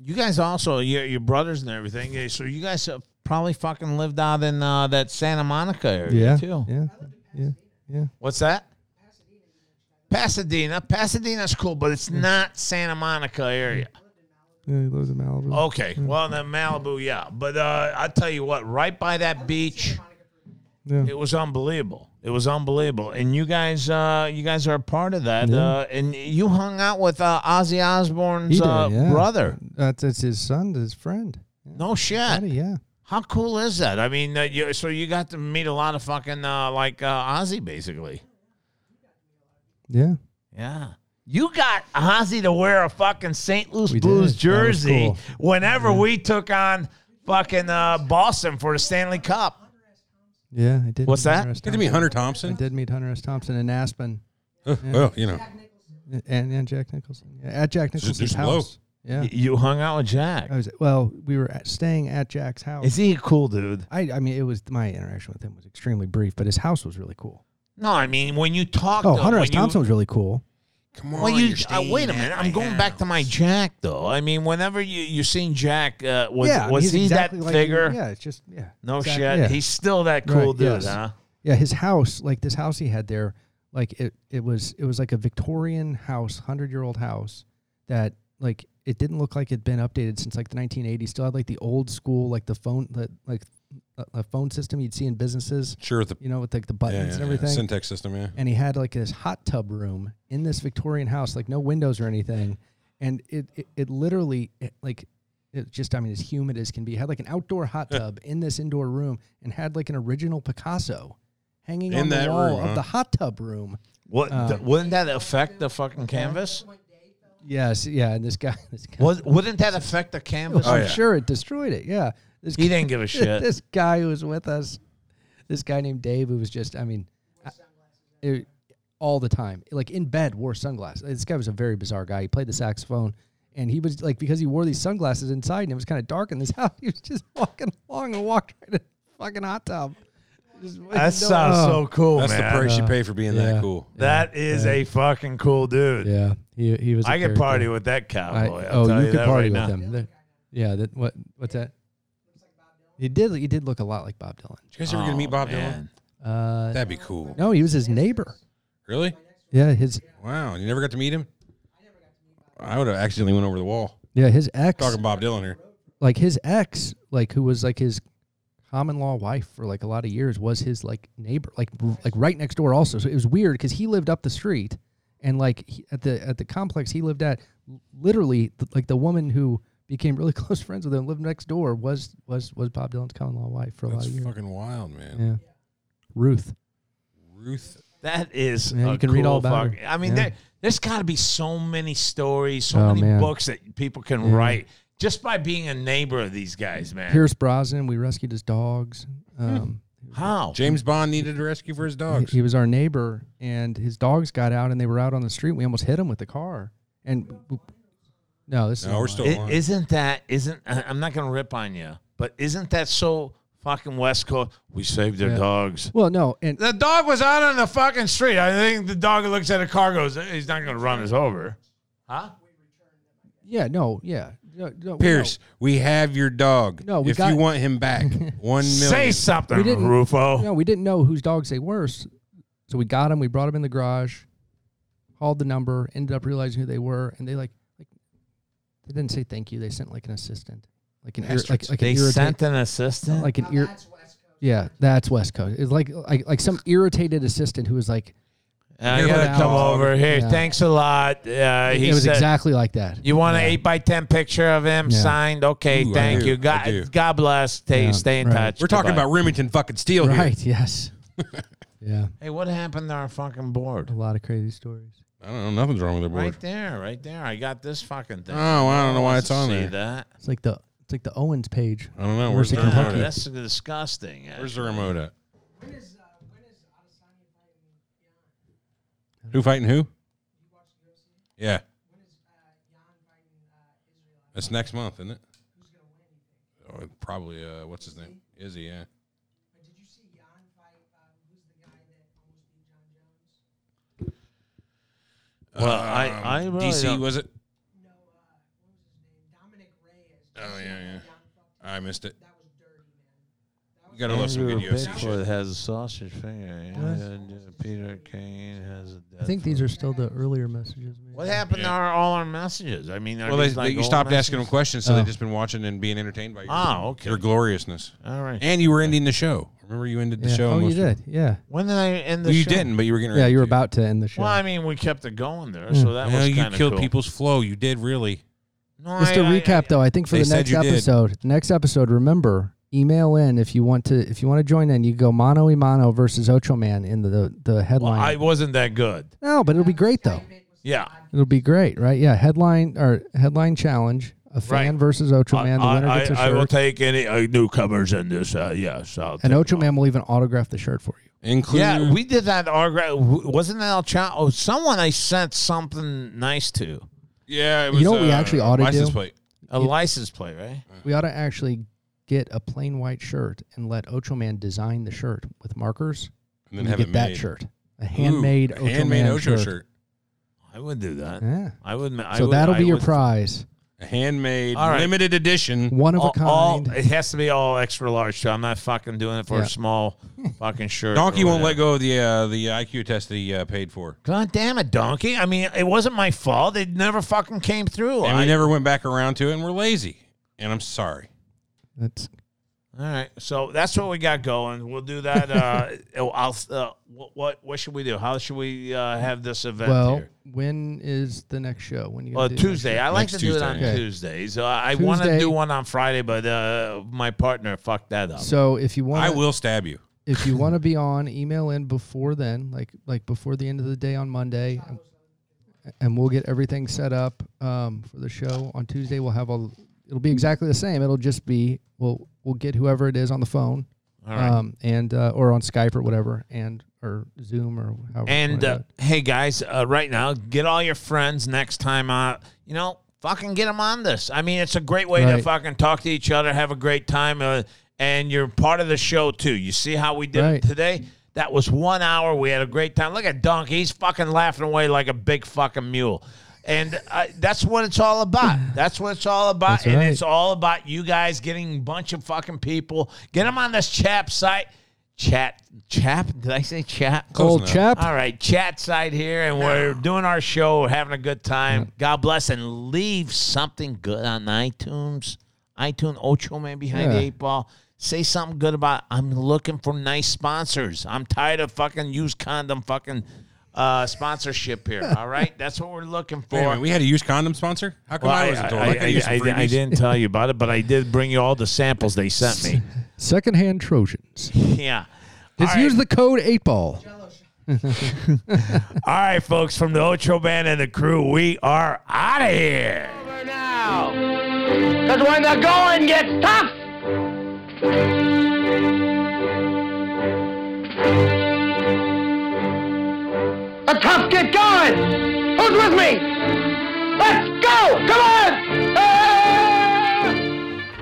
Speaker 4: you guys also, your your brothers and everything. eh, So you guys have probably fucking lived out in uh, that Santa Monica area
Speaker 5: Yeah.
Speaker 4: too.
Speaker 5: Yeah. Yeah. Yeah.
Speaker 4: What's that? Pasadena. Pasadena's cool, but it's not Santa Monica area.
Speaker 5: Yeah. He lives in Malibu.
Speaker 4: Okay. Well, then Malibu, yeah. But uh, I tell you what, right by that beach,
Speaker 5: Yeah.
Speaker 4: it was unbelievable. It was unbelievable. And you guys, uh, you guys are a part of that. Uh, and you hung out with uh, Ozzy Osbourne's
Speaker 5: He did,
Speaker 4: uh,
Speaker 5: yeah.
Speaker 4: brother.
Speaker 5: That's, that's his son, his friend.
Speaker 4: No shit.
Speaker 5: Yeah.
Speaker 4: How cool is that? I mean, uh, you, so you got to meet a lot of fucking uh, like uh, Ozzy, basically.
Speaker 5: Yeah.
Speaker 4: Yeah. You got Ozzy to wear a fucking St. Louis
Speaker 5: We did.
Speaker 4: Blues
Speaker 5: That was
Speaker 4: jersey
Speaker 5: cool.
Speaker 4: whenever we took on fucking uh, Boston for the Stanley Cup.
Speaker 5: Yeah. I did.
Speaker 4: What's
Speaker 5: meet
Speaker 4: that?
Speaker 5: Hunter S.
Speaker 3: Did you meet
Speaker 5: Thompson.
Speaker 3: Hunter
Speaker 5: I
Speaker 3: Thompson?
Speaker 5: did meet Hunter S. Thompson in Aspen.
Speaker 3: Uh, Well, you know,
Speaker 5: and, and Jack Nicholson Yeah, at Jack
Speaker 3: Just-
Speaker 5: Nicholson's
Speaker 3: just blow.
Speaker 5: house. Yeah, Uh,
Speaker 4: Y- You hung out with Jack.
Speaker 5: I was well. We were at, staying at Jack's house.
Speaker 4: Is he a cool dude?
Speaker 5: I I mean, it was my interaction with him was extremely brief, but his house was really cool.
Speaker 4: No, I mean, when you talk
Speaker 5: Oh,
Speaker 4: to
Speaker 5: Hunter S.
Speaker 4: when you-
Speaker 5: Thompson was really cool.
Speaker 3: come on.
Speaker 4: Well, you
Speaker 3: you're
Speaker 4: uh,
Speaker 3: staying
Speaker 4: wait a
Speaker 3: at
Speaker 4: minute.
Speaker 3: my
Speaker 4: I'm going back to my
Speaker 3: house.
Speaker 4: Jack though. I mean, whenever you you seen Jack, uh, was
Speaker 5: yeah, I mean,
Speaker 4: was
Speaker 5: he's
Speaker 4: he
Speaker 5: exactly
Speaker 4: that
Speaker 5: like
Speaker 4: figure?
Speaker 5: Yeah, it's just yeah.
Speaker 4: No
Speaker 5: exactly,
Speaker 4: shit.
Speaker 5: Yeah.
Speaker 4: He's still that cool
Speaker 5: Right,
Speaker 4: dude,
Speaker 5: yes.
Speaker 4: huh?
Speaker 5: yeah, his house, like this house he had there, like it it was it was like a Victorian house, hundred year old house that like it didn't look like it'd been updated since like the 1980s. Still had like the old school, like the phone, the, like a, a phone system you'd see in businesses.
Speaker 3: Sure, with the
Speaker 5: You know, with like the
Speaker 3: yeah,
Speaker 5: buttons
Speaker 3: yeah,
Speaker 5: and
Speaker 3: yeah,
Speaker 5: everything.
Speaker 3: syntax system. Yeah.
Speaker 5: and he had like this hot tub room in this Victorian house, like no windows or anything, and it it, it literally it, like it just I mean as humid as can be. Had like an outdoor hot tub in this indoor room, and had like an original Picasso hanging
Speaker 3: In
Speaker 5: on the
Speaker 3: that
Speaker 5: wall
Speaker 3: room,
Speaker 5: of
Speaker 3: huh?
Speaker 5: the hot tub room.
Speaker 4: What
Speaker 5: Uh,
Speaker 4: th- wouldn't that affect the fucking canvas?
Speaker 5: Yes, yeah, and this guy, [laughs] this guy
Speaker 4: Was wouldn't that affect the canvas?
Speaker 3: Oh,
Speaker 5: I'm
Speaker 3: yeah.
Speaker 5: sure it destroyed it. Yeah, this
Speaker 4: He didn't
Speaker 5: [laughs]
Speaker 4: give a shit.
Speaker 5: this guy who was with us, this guy named Dave, who was just, I mean, I- it- all the time, like in bed, wore sunglasses. This guy was a very bizarre guy. He played the saxophone, and he was like, because he wore these sunglasses inside, and it was kind of dark in this [laughs] house, he was just walking along and walked right in the fucking hot tub. Just-
Speaker 4: That
Speaker 5: Oh.
Speaker 4: sounds uh, so cool,
Speaker 3: That's
Speaker 4: man.
Speaker 3: the price you pay for being
Speaker 5: yeah.
Speaker 3: that cool.
Speaker 4: That is a fucking cool dude.
Speaker 5: Yeah, he he was.
Speaker 4: I
Speaker 5: could
Speaker 4: could party with that cowboy. I'll
Speaker 5: oh,
Speaker 4: tell
Speaker 5: you,
Speaker 4: you
Speaker 5: could
Speaker 4: that
Speaker 5: party
Speaker 4: right
Speaker 5: with
Speaker 4: now.
Speaker 5: him. There- yeah, that what what's that? He did. He did look a lot like Bob Dylan.
Speaker 3: Did you guys ever gonna meet Bob Dylan?
Speaker 4: Oh, man.
Speaker 5: Uh,
Speaker 3: That'd be cool.
Speaker 5: no, he was his neighbor.
Speaker 3: Really?
Speaker 5: Yeah, his
Speaker 3: Wow. You never got to meet him? I would have accidentally went over the wall.
Speaker 5: yeah his ex,
Speaker 3: Talking Bob Dylan here.
Speaker 5: like his ex, like who was like his common law wife for like a lot of years was his like neighbor, like r- like right next door also. So it was weird because he lived up the street, and like he, at the at the complex he lived at, l- literally th- like the woman who became really [laughs] close friends with him lived next door was was was Bob Dylan's common law wife for a lot
Speaker 3: That's
Speaker 5: of years.
Speaker 3: fucking wild, man.
Speaker 5: Yeah, Ruth.
Speaker 3: Ruth,
Speaker 4: That is
Speaker 5: Yeah,
Speaker 4: a
Speaker 5: you can read all
Speaker 4: cool
Speaker 5: about
Speaker 4: fuck-
Speaker 5: it.
Speaker 4: I mean,
Speaker 5: Yeah.
Speaker 4: there, there's got to be so many stories, so
Speaker 5: Oh,
Speaker 4: many
Speaker 5: man.
Speaker 4: books that people can
Speaker 5: Yeah.
Speaker 4: write just by being a neighbor of these guys, man.
Speaker 5: Pierce Brosnan. We rescued his dogs. Um,
Speaker 4: How?
Speaker 3: James Bond needed a rescue for his
Speaker 5: he,
Speaker 3: dogs.
Speaker 5: he was our neighbor, and his dogs got out, and they were out on the street. We almost hit him with the car, and no, this is
Speaker 3: No, we're
Speaker 5: online.
Speaker 3: still
Speaker 4: I-
Speaker 3: on.
Speaker 4: isn't that isn't I- I'm not gonna rip on you, but isn't that so fucking West Coast? We saved their
Speaker 5: Yeah.
Speaker 4: dogs.
Speaker 5: well, no, and
Speaker 4: The dog was out on the fucking street. I think the dog looks at a car goes, he's not gonna run us over. Huh?
Speaker 5: yeah, no, yeah, no, no,
Speaker 3: Pierce, we have your dog.
Speaker 5: No, we
Speaker 3: if
Speaker 5: got-
Speaker 3: you want him
Speaker 5: [laughs]
Speaker 3: back, one
Speaker 4: Say
Speaker 3: million.
Speaker 4: something,
Speaker 5: We didn't-
Speaker 4: Rufo.
Speaker 5: No, we didn't know whose dogs they were. s- So we got them. We brought them in the garage, called the number, ended up realizing who they were, and they like, like they didn't say thank you. They sent like an assistant, like an ir- like like
Speaker 4: they
Speaker 5: an irrita-
Speaker 4: sent an assistant.
Speaker 5: like an
Speaker 7: Now,
Speaker 5: ir-
Speaker 7: that's West Coast.
Speaker 5: yeah, that's West Coast. It's like like like some irritated assistant who was like,
Speaker 4: I
Speaker 5: Here
Speaker 4: gotta
Speaker 5: now.
Speaker 4: come over here.
Speaker 5: Yeah.
Speaker 4: Thanks a lot. Uh, he
Speaker 5: it was
Speaker 4: said,
Speaker 5: exactly like that.
Speaker 4: "You want an
Speaker 5: Yeah.
Speaker 4: eight by ten picture of him
Speaker 5: Yeah.
Speaker 4: signed? Okay,
Speaker 3: Ooh, I
Speaker 4: thank
Speaker 3: do.
Speaker 4: you.
Speaker 3: I do.
Speaker 4: God, God bless. Stay,
Speaker 5: Yeah,
Speaker 4: stay in
Speaker 5: right.
Speaker 4: touch.
Speaker 3: We're talking
Speaker 4: Goodbye.
Speaker 3: about Remington fucking
Speaker 4: Oh,
Speaker 3: steel here.
Speaker 5: right?
Speaker 4: [laughs]
Speaker 5: Yes. yeah,
Speaker 4: Hey, what happened to our fucking board?
Speaker 5: a lot of crazy stories.
Speaker 3: I don't know. Nothing's wrong with their board.
Speaker 4: Right there, right there. I got this fucking thing.
Speaker 3: Oh, I don't know why
Speaker 4: I
Speaker 3: it's on
Speaker 4: see
Speaker 3: there.
Speaker 4: That.
Speaker 5: It's like the it's like the Owens page.
Speaker 3: I don't know. Where's
Speaker 5: Where's
Speaker 3: the
Speaker 5: the
Speaker 3: remote
Speaker 4: Oh,
Speaker 5: Kentucky?
Speaker 3: at?
Speaker 4: that's disgusting.
Speaker 3: Where's the remote at?
Speaker 7: When is uh, when is Adesanya fighting?
Speaker 3: Who fighting who? Yeah. That's next month, isn't it? Oh, probably, uh, what's his name? Izzy, yeah.
Speaker 7: But did you see Jan fight? Um, who's the guy that almost beat John Jones?
Speaker 4: Well, I- I really
Speaker 3: DC,
Speaker 4: don't-
Speaker 3: Um, was it?
Speaker 7: No, uh, what was his name? Dominic Reyes.
Speaker 5: uh,
Speaker 7: Did you
Speaker 3: Oh,
Speaker 7: see
Speaker 3: yeah,
Speaker 7: how
Speaker 3: yeah.
Speaker 7: Jan fucked him?
Speaker 3: I missed it.
Speaker 7: That was dirty, man.
Speaker 3: You gotta love some good UFC shit.
Speaker 4: Bigfoot has a sausage finger. yeah.
Speaker 5: What?
Speaker 4: And, uh, Peter Kane has a.
Speaker 5: I think these are still the earlier messages. maybe.
Speaker 4: What happened to
Speaker 3: Yeah.
Speaker 4: our, all our messages? I mean, are
Speaker 3: Well, they,
Speaker 4: these, like,
Speaker 3: they, you
Speaker 4: old
Speaker 3: stopped asking them
Speaker 4: messages?
Speaker 3: questions, so
Speaker 5: Oh.
Speaker 3: they've just been watching and being entertained by your,
Speaker 5: Ah,
Speaker 4: Oh, okay.
Speaker 3: your gloriousness.
Speaker 4: All right.
Speaker 3: And you were ending the show. Remember, you ended the
Speaker 5: Yeah.
Speaker 3: show.
Speaker 5: Oh, you
Speaker 3: almost-
Speaker 5: did. Yeah.
Speaker 4: When did I end the
Speaker 3: Well, you
Speaker 4: show?
Speaker 3: didn't, but you were getting.
Speaker 5: Yeah,
Speaker 3: ready
Speaker 5: you were
Speaker 3: to.
Speaker 5: about to end the show.
Speaker 4: Well, I mean, we kept it going there,
Speaker 5: Hmm.
Speaker 4: so that
Speaker 3: Well,
Speaker 4: was
Speaker 3: you
Speaker 4: kind of
Speaker 3: killed
Speaker 4: cool.
Speaker 3: people's flow. You did really.
Speaker 4: No,
Speaker 5: Just to
Speaker 4: I- I-
Speaker 5: recap, though, I think for
Speaker 3: They
Speaker 5: the
Speaker 3: said
Speaker 5: next
Speaker 3: you did.
Speaker 5: episode, next episode, remember email in if you want to if you want to join in. You go mano y mano versus Ocho Man in the the, the
Speaker 4: Well,
Speaker 5: headline.
Speaker 4: I wasn't that good.
Speaker 5: no, but it'll be great though.
Speaker 4: Yeah.
Speaker 5: It'll be great, right? Yeah, headline or headline challenge: a fan
Speaker 4: Right.
Speaker 5: versus Ocho Man. The
Speaker 4: I,
Speaker 5: winner
Speaker 4: I-
Speaker 5: gets a
Speaker 4: I will
Speaker 5: shirt,
Speaker 4: take any uh, newcomers in this. Uh, yes, I'll
Speaker 5: and
Speaker 4: take
Speaker 5: Ocho
Speaker 4: them
Speaker 5: Man will even autograph the shirt for you.
Speaker 3: Include.
Speaker 4: Yeah, we did that. autograph- w- Wasn't that El Chapo? Oh, someone I sent something nice to.
Speaker 3: Yeah, it
Speaker 5: You
Speaker 3: was,
Speaker 5: know what we
Speaker 3: uh,
Speaker 5: actually ought to
Speaker 3: license
Speaker 5: do?
Speaker 3: plate.
Speaker 4: A license plate, right?
Speaker 5: We ought to actually get a plain white shirt and let Ocho Man design the shirt with markers,
Speaker 3: and then
Speaker 5: and
Speaker 3: have
Speaker 5: get
Speaker 3: it
Speaker 5: that
Speaker 3: made.
Speaker 5: shirt, a
Speaker 3: Ooh,
Speaker 5: handmade Ocho
Speaker 3: handmade
Speaker 5: Man
Speaker 3: Ocho
Speaker 5: shirt.
Speaker 3: shirt.
Speaker 4: I would do that.
Speaker 5: Yeah.
Speaker 4: I would. ma- I
Speaker 5: So
Speaker 4: would-
Speaker 5: that'll
Speaker 4: I
Speaker 5: be your
Speaker 4: would-
Speaker 5: prize,
Speaker 3: A handmade
Speaker 4: All right.
Speaker 3: limited edition.
Speaker 5: one of
Speaker 4: All,
Speaker 5: a kind.
Speaker 4: all- it has to be all extra large. So I'm not fucking doing it for
Speaker 5: Yeah.
Speaker 4: a small fucking shirt.
Speaker 3: Donkey
Speaker 4: or
Speaker 3: won't
Speaker 4: whatever.
Speaker 3: let go of the uh, the IQ test that he uh, paid for,
Speaker 4: God damn it, donkey! I mean, it wasn't my fault. It never fucking came through.
Speaker 3: and we
Speaker 4: I-
Speaker 3: never went back around to it. And we're lazy. And I'm sorry.
Speaker 5: That's
Speaker 4: All right, so that's what we got going. We'll do that. Uh, [laughs] oh, I'll. Uh, what, what what should we do? How should we uh, have this event?
Speaker 5: well.
Speaker 4: here?
Speaker 5: When is the next show? When you?
Speaker 4: Uh,
Speaker 5: gonna do the next
Speaker 4: Tuesday. I like
Speaker 3: Next
Speaker 4: to do it on
Speaker 3: Tuesday.
Speaker 5: Okay.
Speaker 4: Tuesdays. Uh, I want to
Speaker 5: Tuesday.
Speaker 4: do one on Friday, but uh, my partner fucked that
Speaker 5: show?
Speaker 4: up.
Speaker 5: So if you
Speaker 3: I
Speaker 5: want,
Speaker 3: will stab you.
Speaker 5: if you want to be on, email in before then, like like before the end of the day on Monday, and, and we'll get everything set up um, for the show on Tuesday. We'll have all. It'll be exactly the same. It'll just be we'll we'll get whoever it is on the phone,
Speaker 4: All right.
Speaker 5: um, and uh, or on Skype or whatever, and or Zoom or however. you wanna
Speaker 4: and
Speaker 5: do
Speaker 4: uh,
Speaker 5: it.
Speaker 4: hey, guys, uh, right now, get all your friends next time out. You know, fucking get them on this. I mean, it's a great way to
Speaker 5: Right.
Speaker 4: fucking talk to each other, have a great time, uh, and you're part of the show too. You see how we did
Speaker 5: Right.
Speaker 4: it today? That was one hour. We had a great time. Look at Donkey; he's fucking laughing away like a big fucking mule. And uh, that's what it's all
Speaker 5: [laughs]
Speaker 4: about. That's what it's all about.
Speaker 5: That's
Speaker 4: and
Speaker 5: right.
Speaker 4: it's all about you guys getting a bunch of fucking people. Get them on this chap site. Chat, chap? Did I say chap?
Speaker 5: old
Speaker 3: enough.
Speaker 5: chap.
Speaker 4: All right, chat side here, and we're doing our show, we're having a good time. God bless, and leave something good on iTunes. iTunes Ocho Man behind the
Speaker 5: Yeah.
Speaker 4: eight ball. Say something good about. I'm looking for nice sponsors. I'm tired of fucking used condom fucking uh, sponsorship here. All right, that's what we're looking for.
Speaker 3: Wait a minute, we had a used condom sponsor. How come
Speaker 4: Well,
Speaker 3: I
Speaker 4: I,
Speaker 3: wasn't told?
Speaker 4: I-
Speaker 3: I, could
Speaker 4: I-
Speaker 3: use some
Speaker 4: I-
Speaker 3: freebies.
Speaker 4: I didn't tell you about it, but I did bring you all the samples they
Speaker 3: [laughs]
Speaker 4: sent me.
Speaker 5: Secondhand Trojans.
Speaker 4: yeah.
Speaker 5: Just
Speaker 4: All right.
Speaker 5: use the code 8Ball.
Speaker 4: All right, folks, from the Ocho Band and the crew, we are out of here.
Speaker 8: Because when the going gets tough, the tough get going. Who's with me? Let's go! Come on! Ah!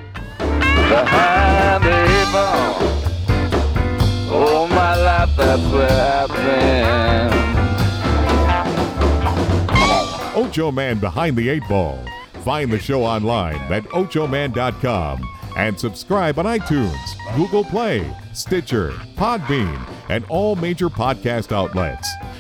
Speaker 2: behind the eight ball. All my life, that's where I've been.
Speaker 1: Ocho Man Behind the Eight Ball. Find the show online at ochoman.com and subscribe on iTunes, Google Play, Stitcher, Podbean, and all major podcast outlets.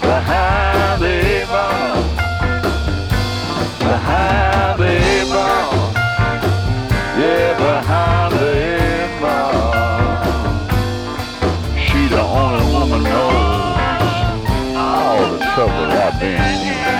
Speaker 2: Behind the eight ball. Behind the eight ball. Yeah, behind the eight ball. She the only woman knows all the trouble I've been in.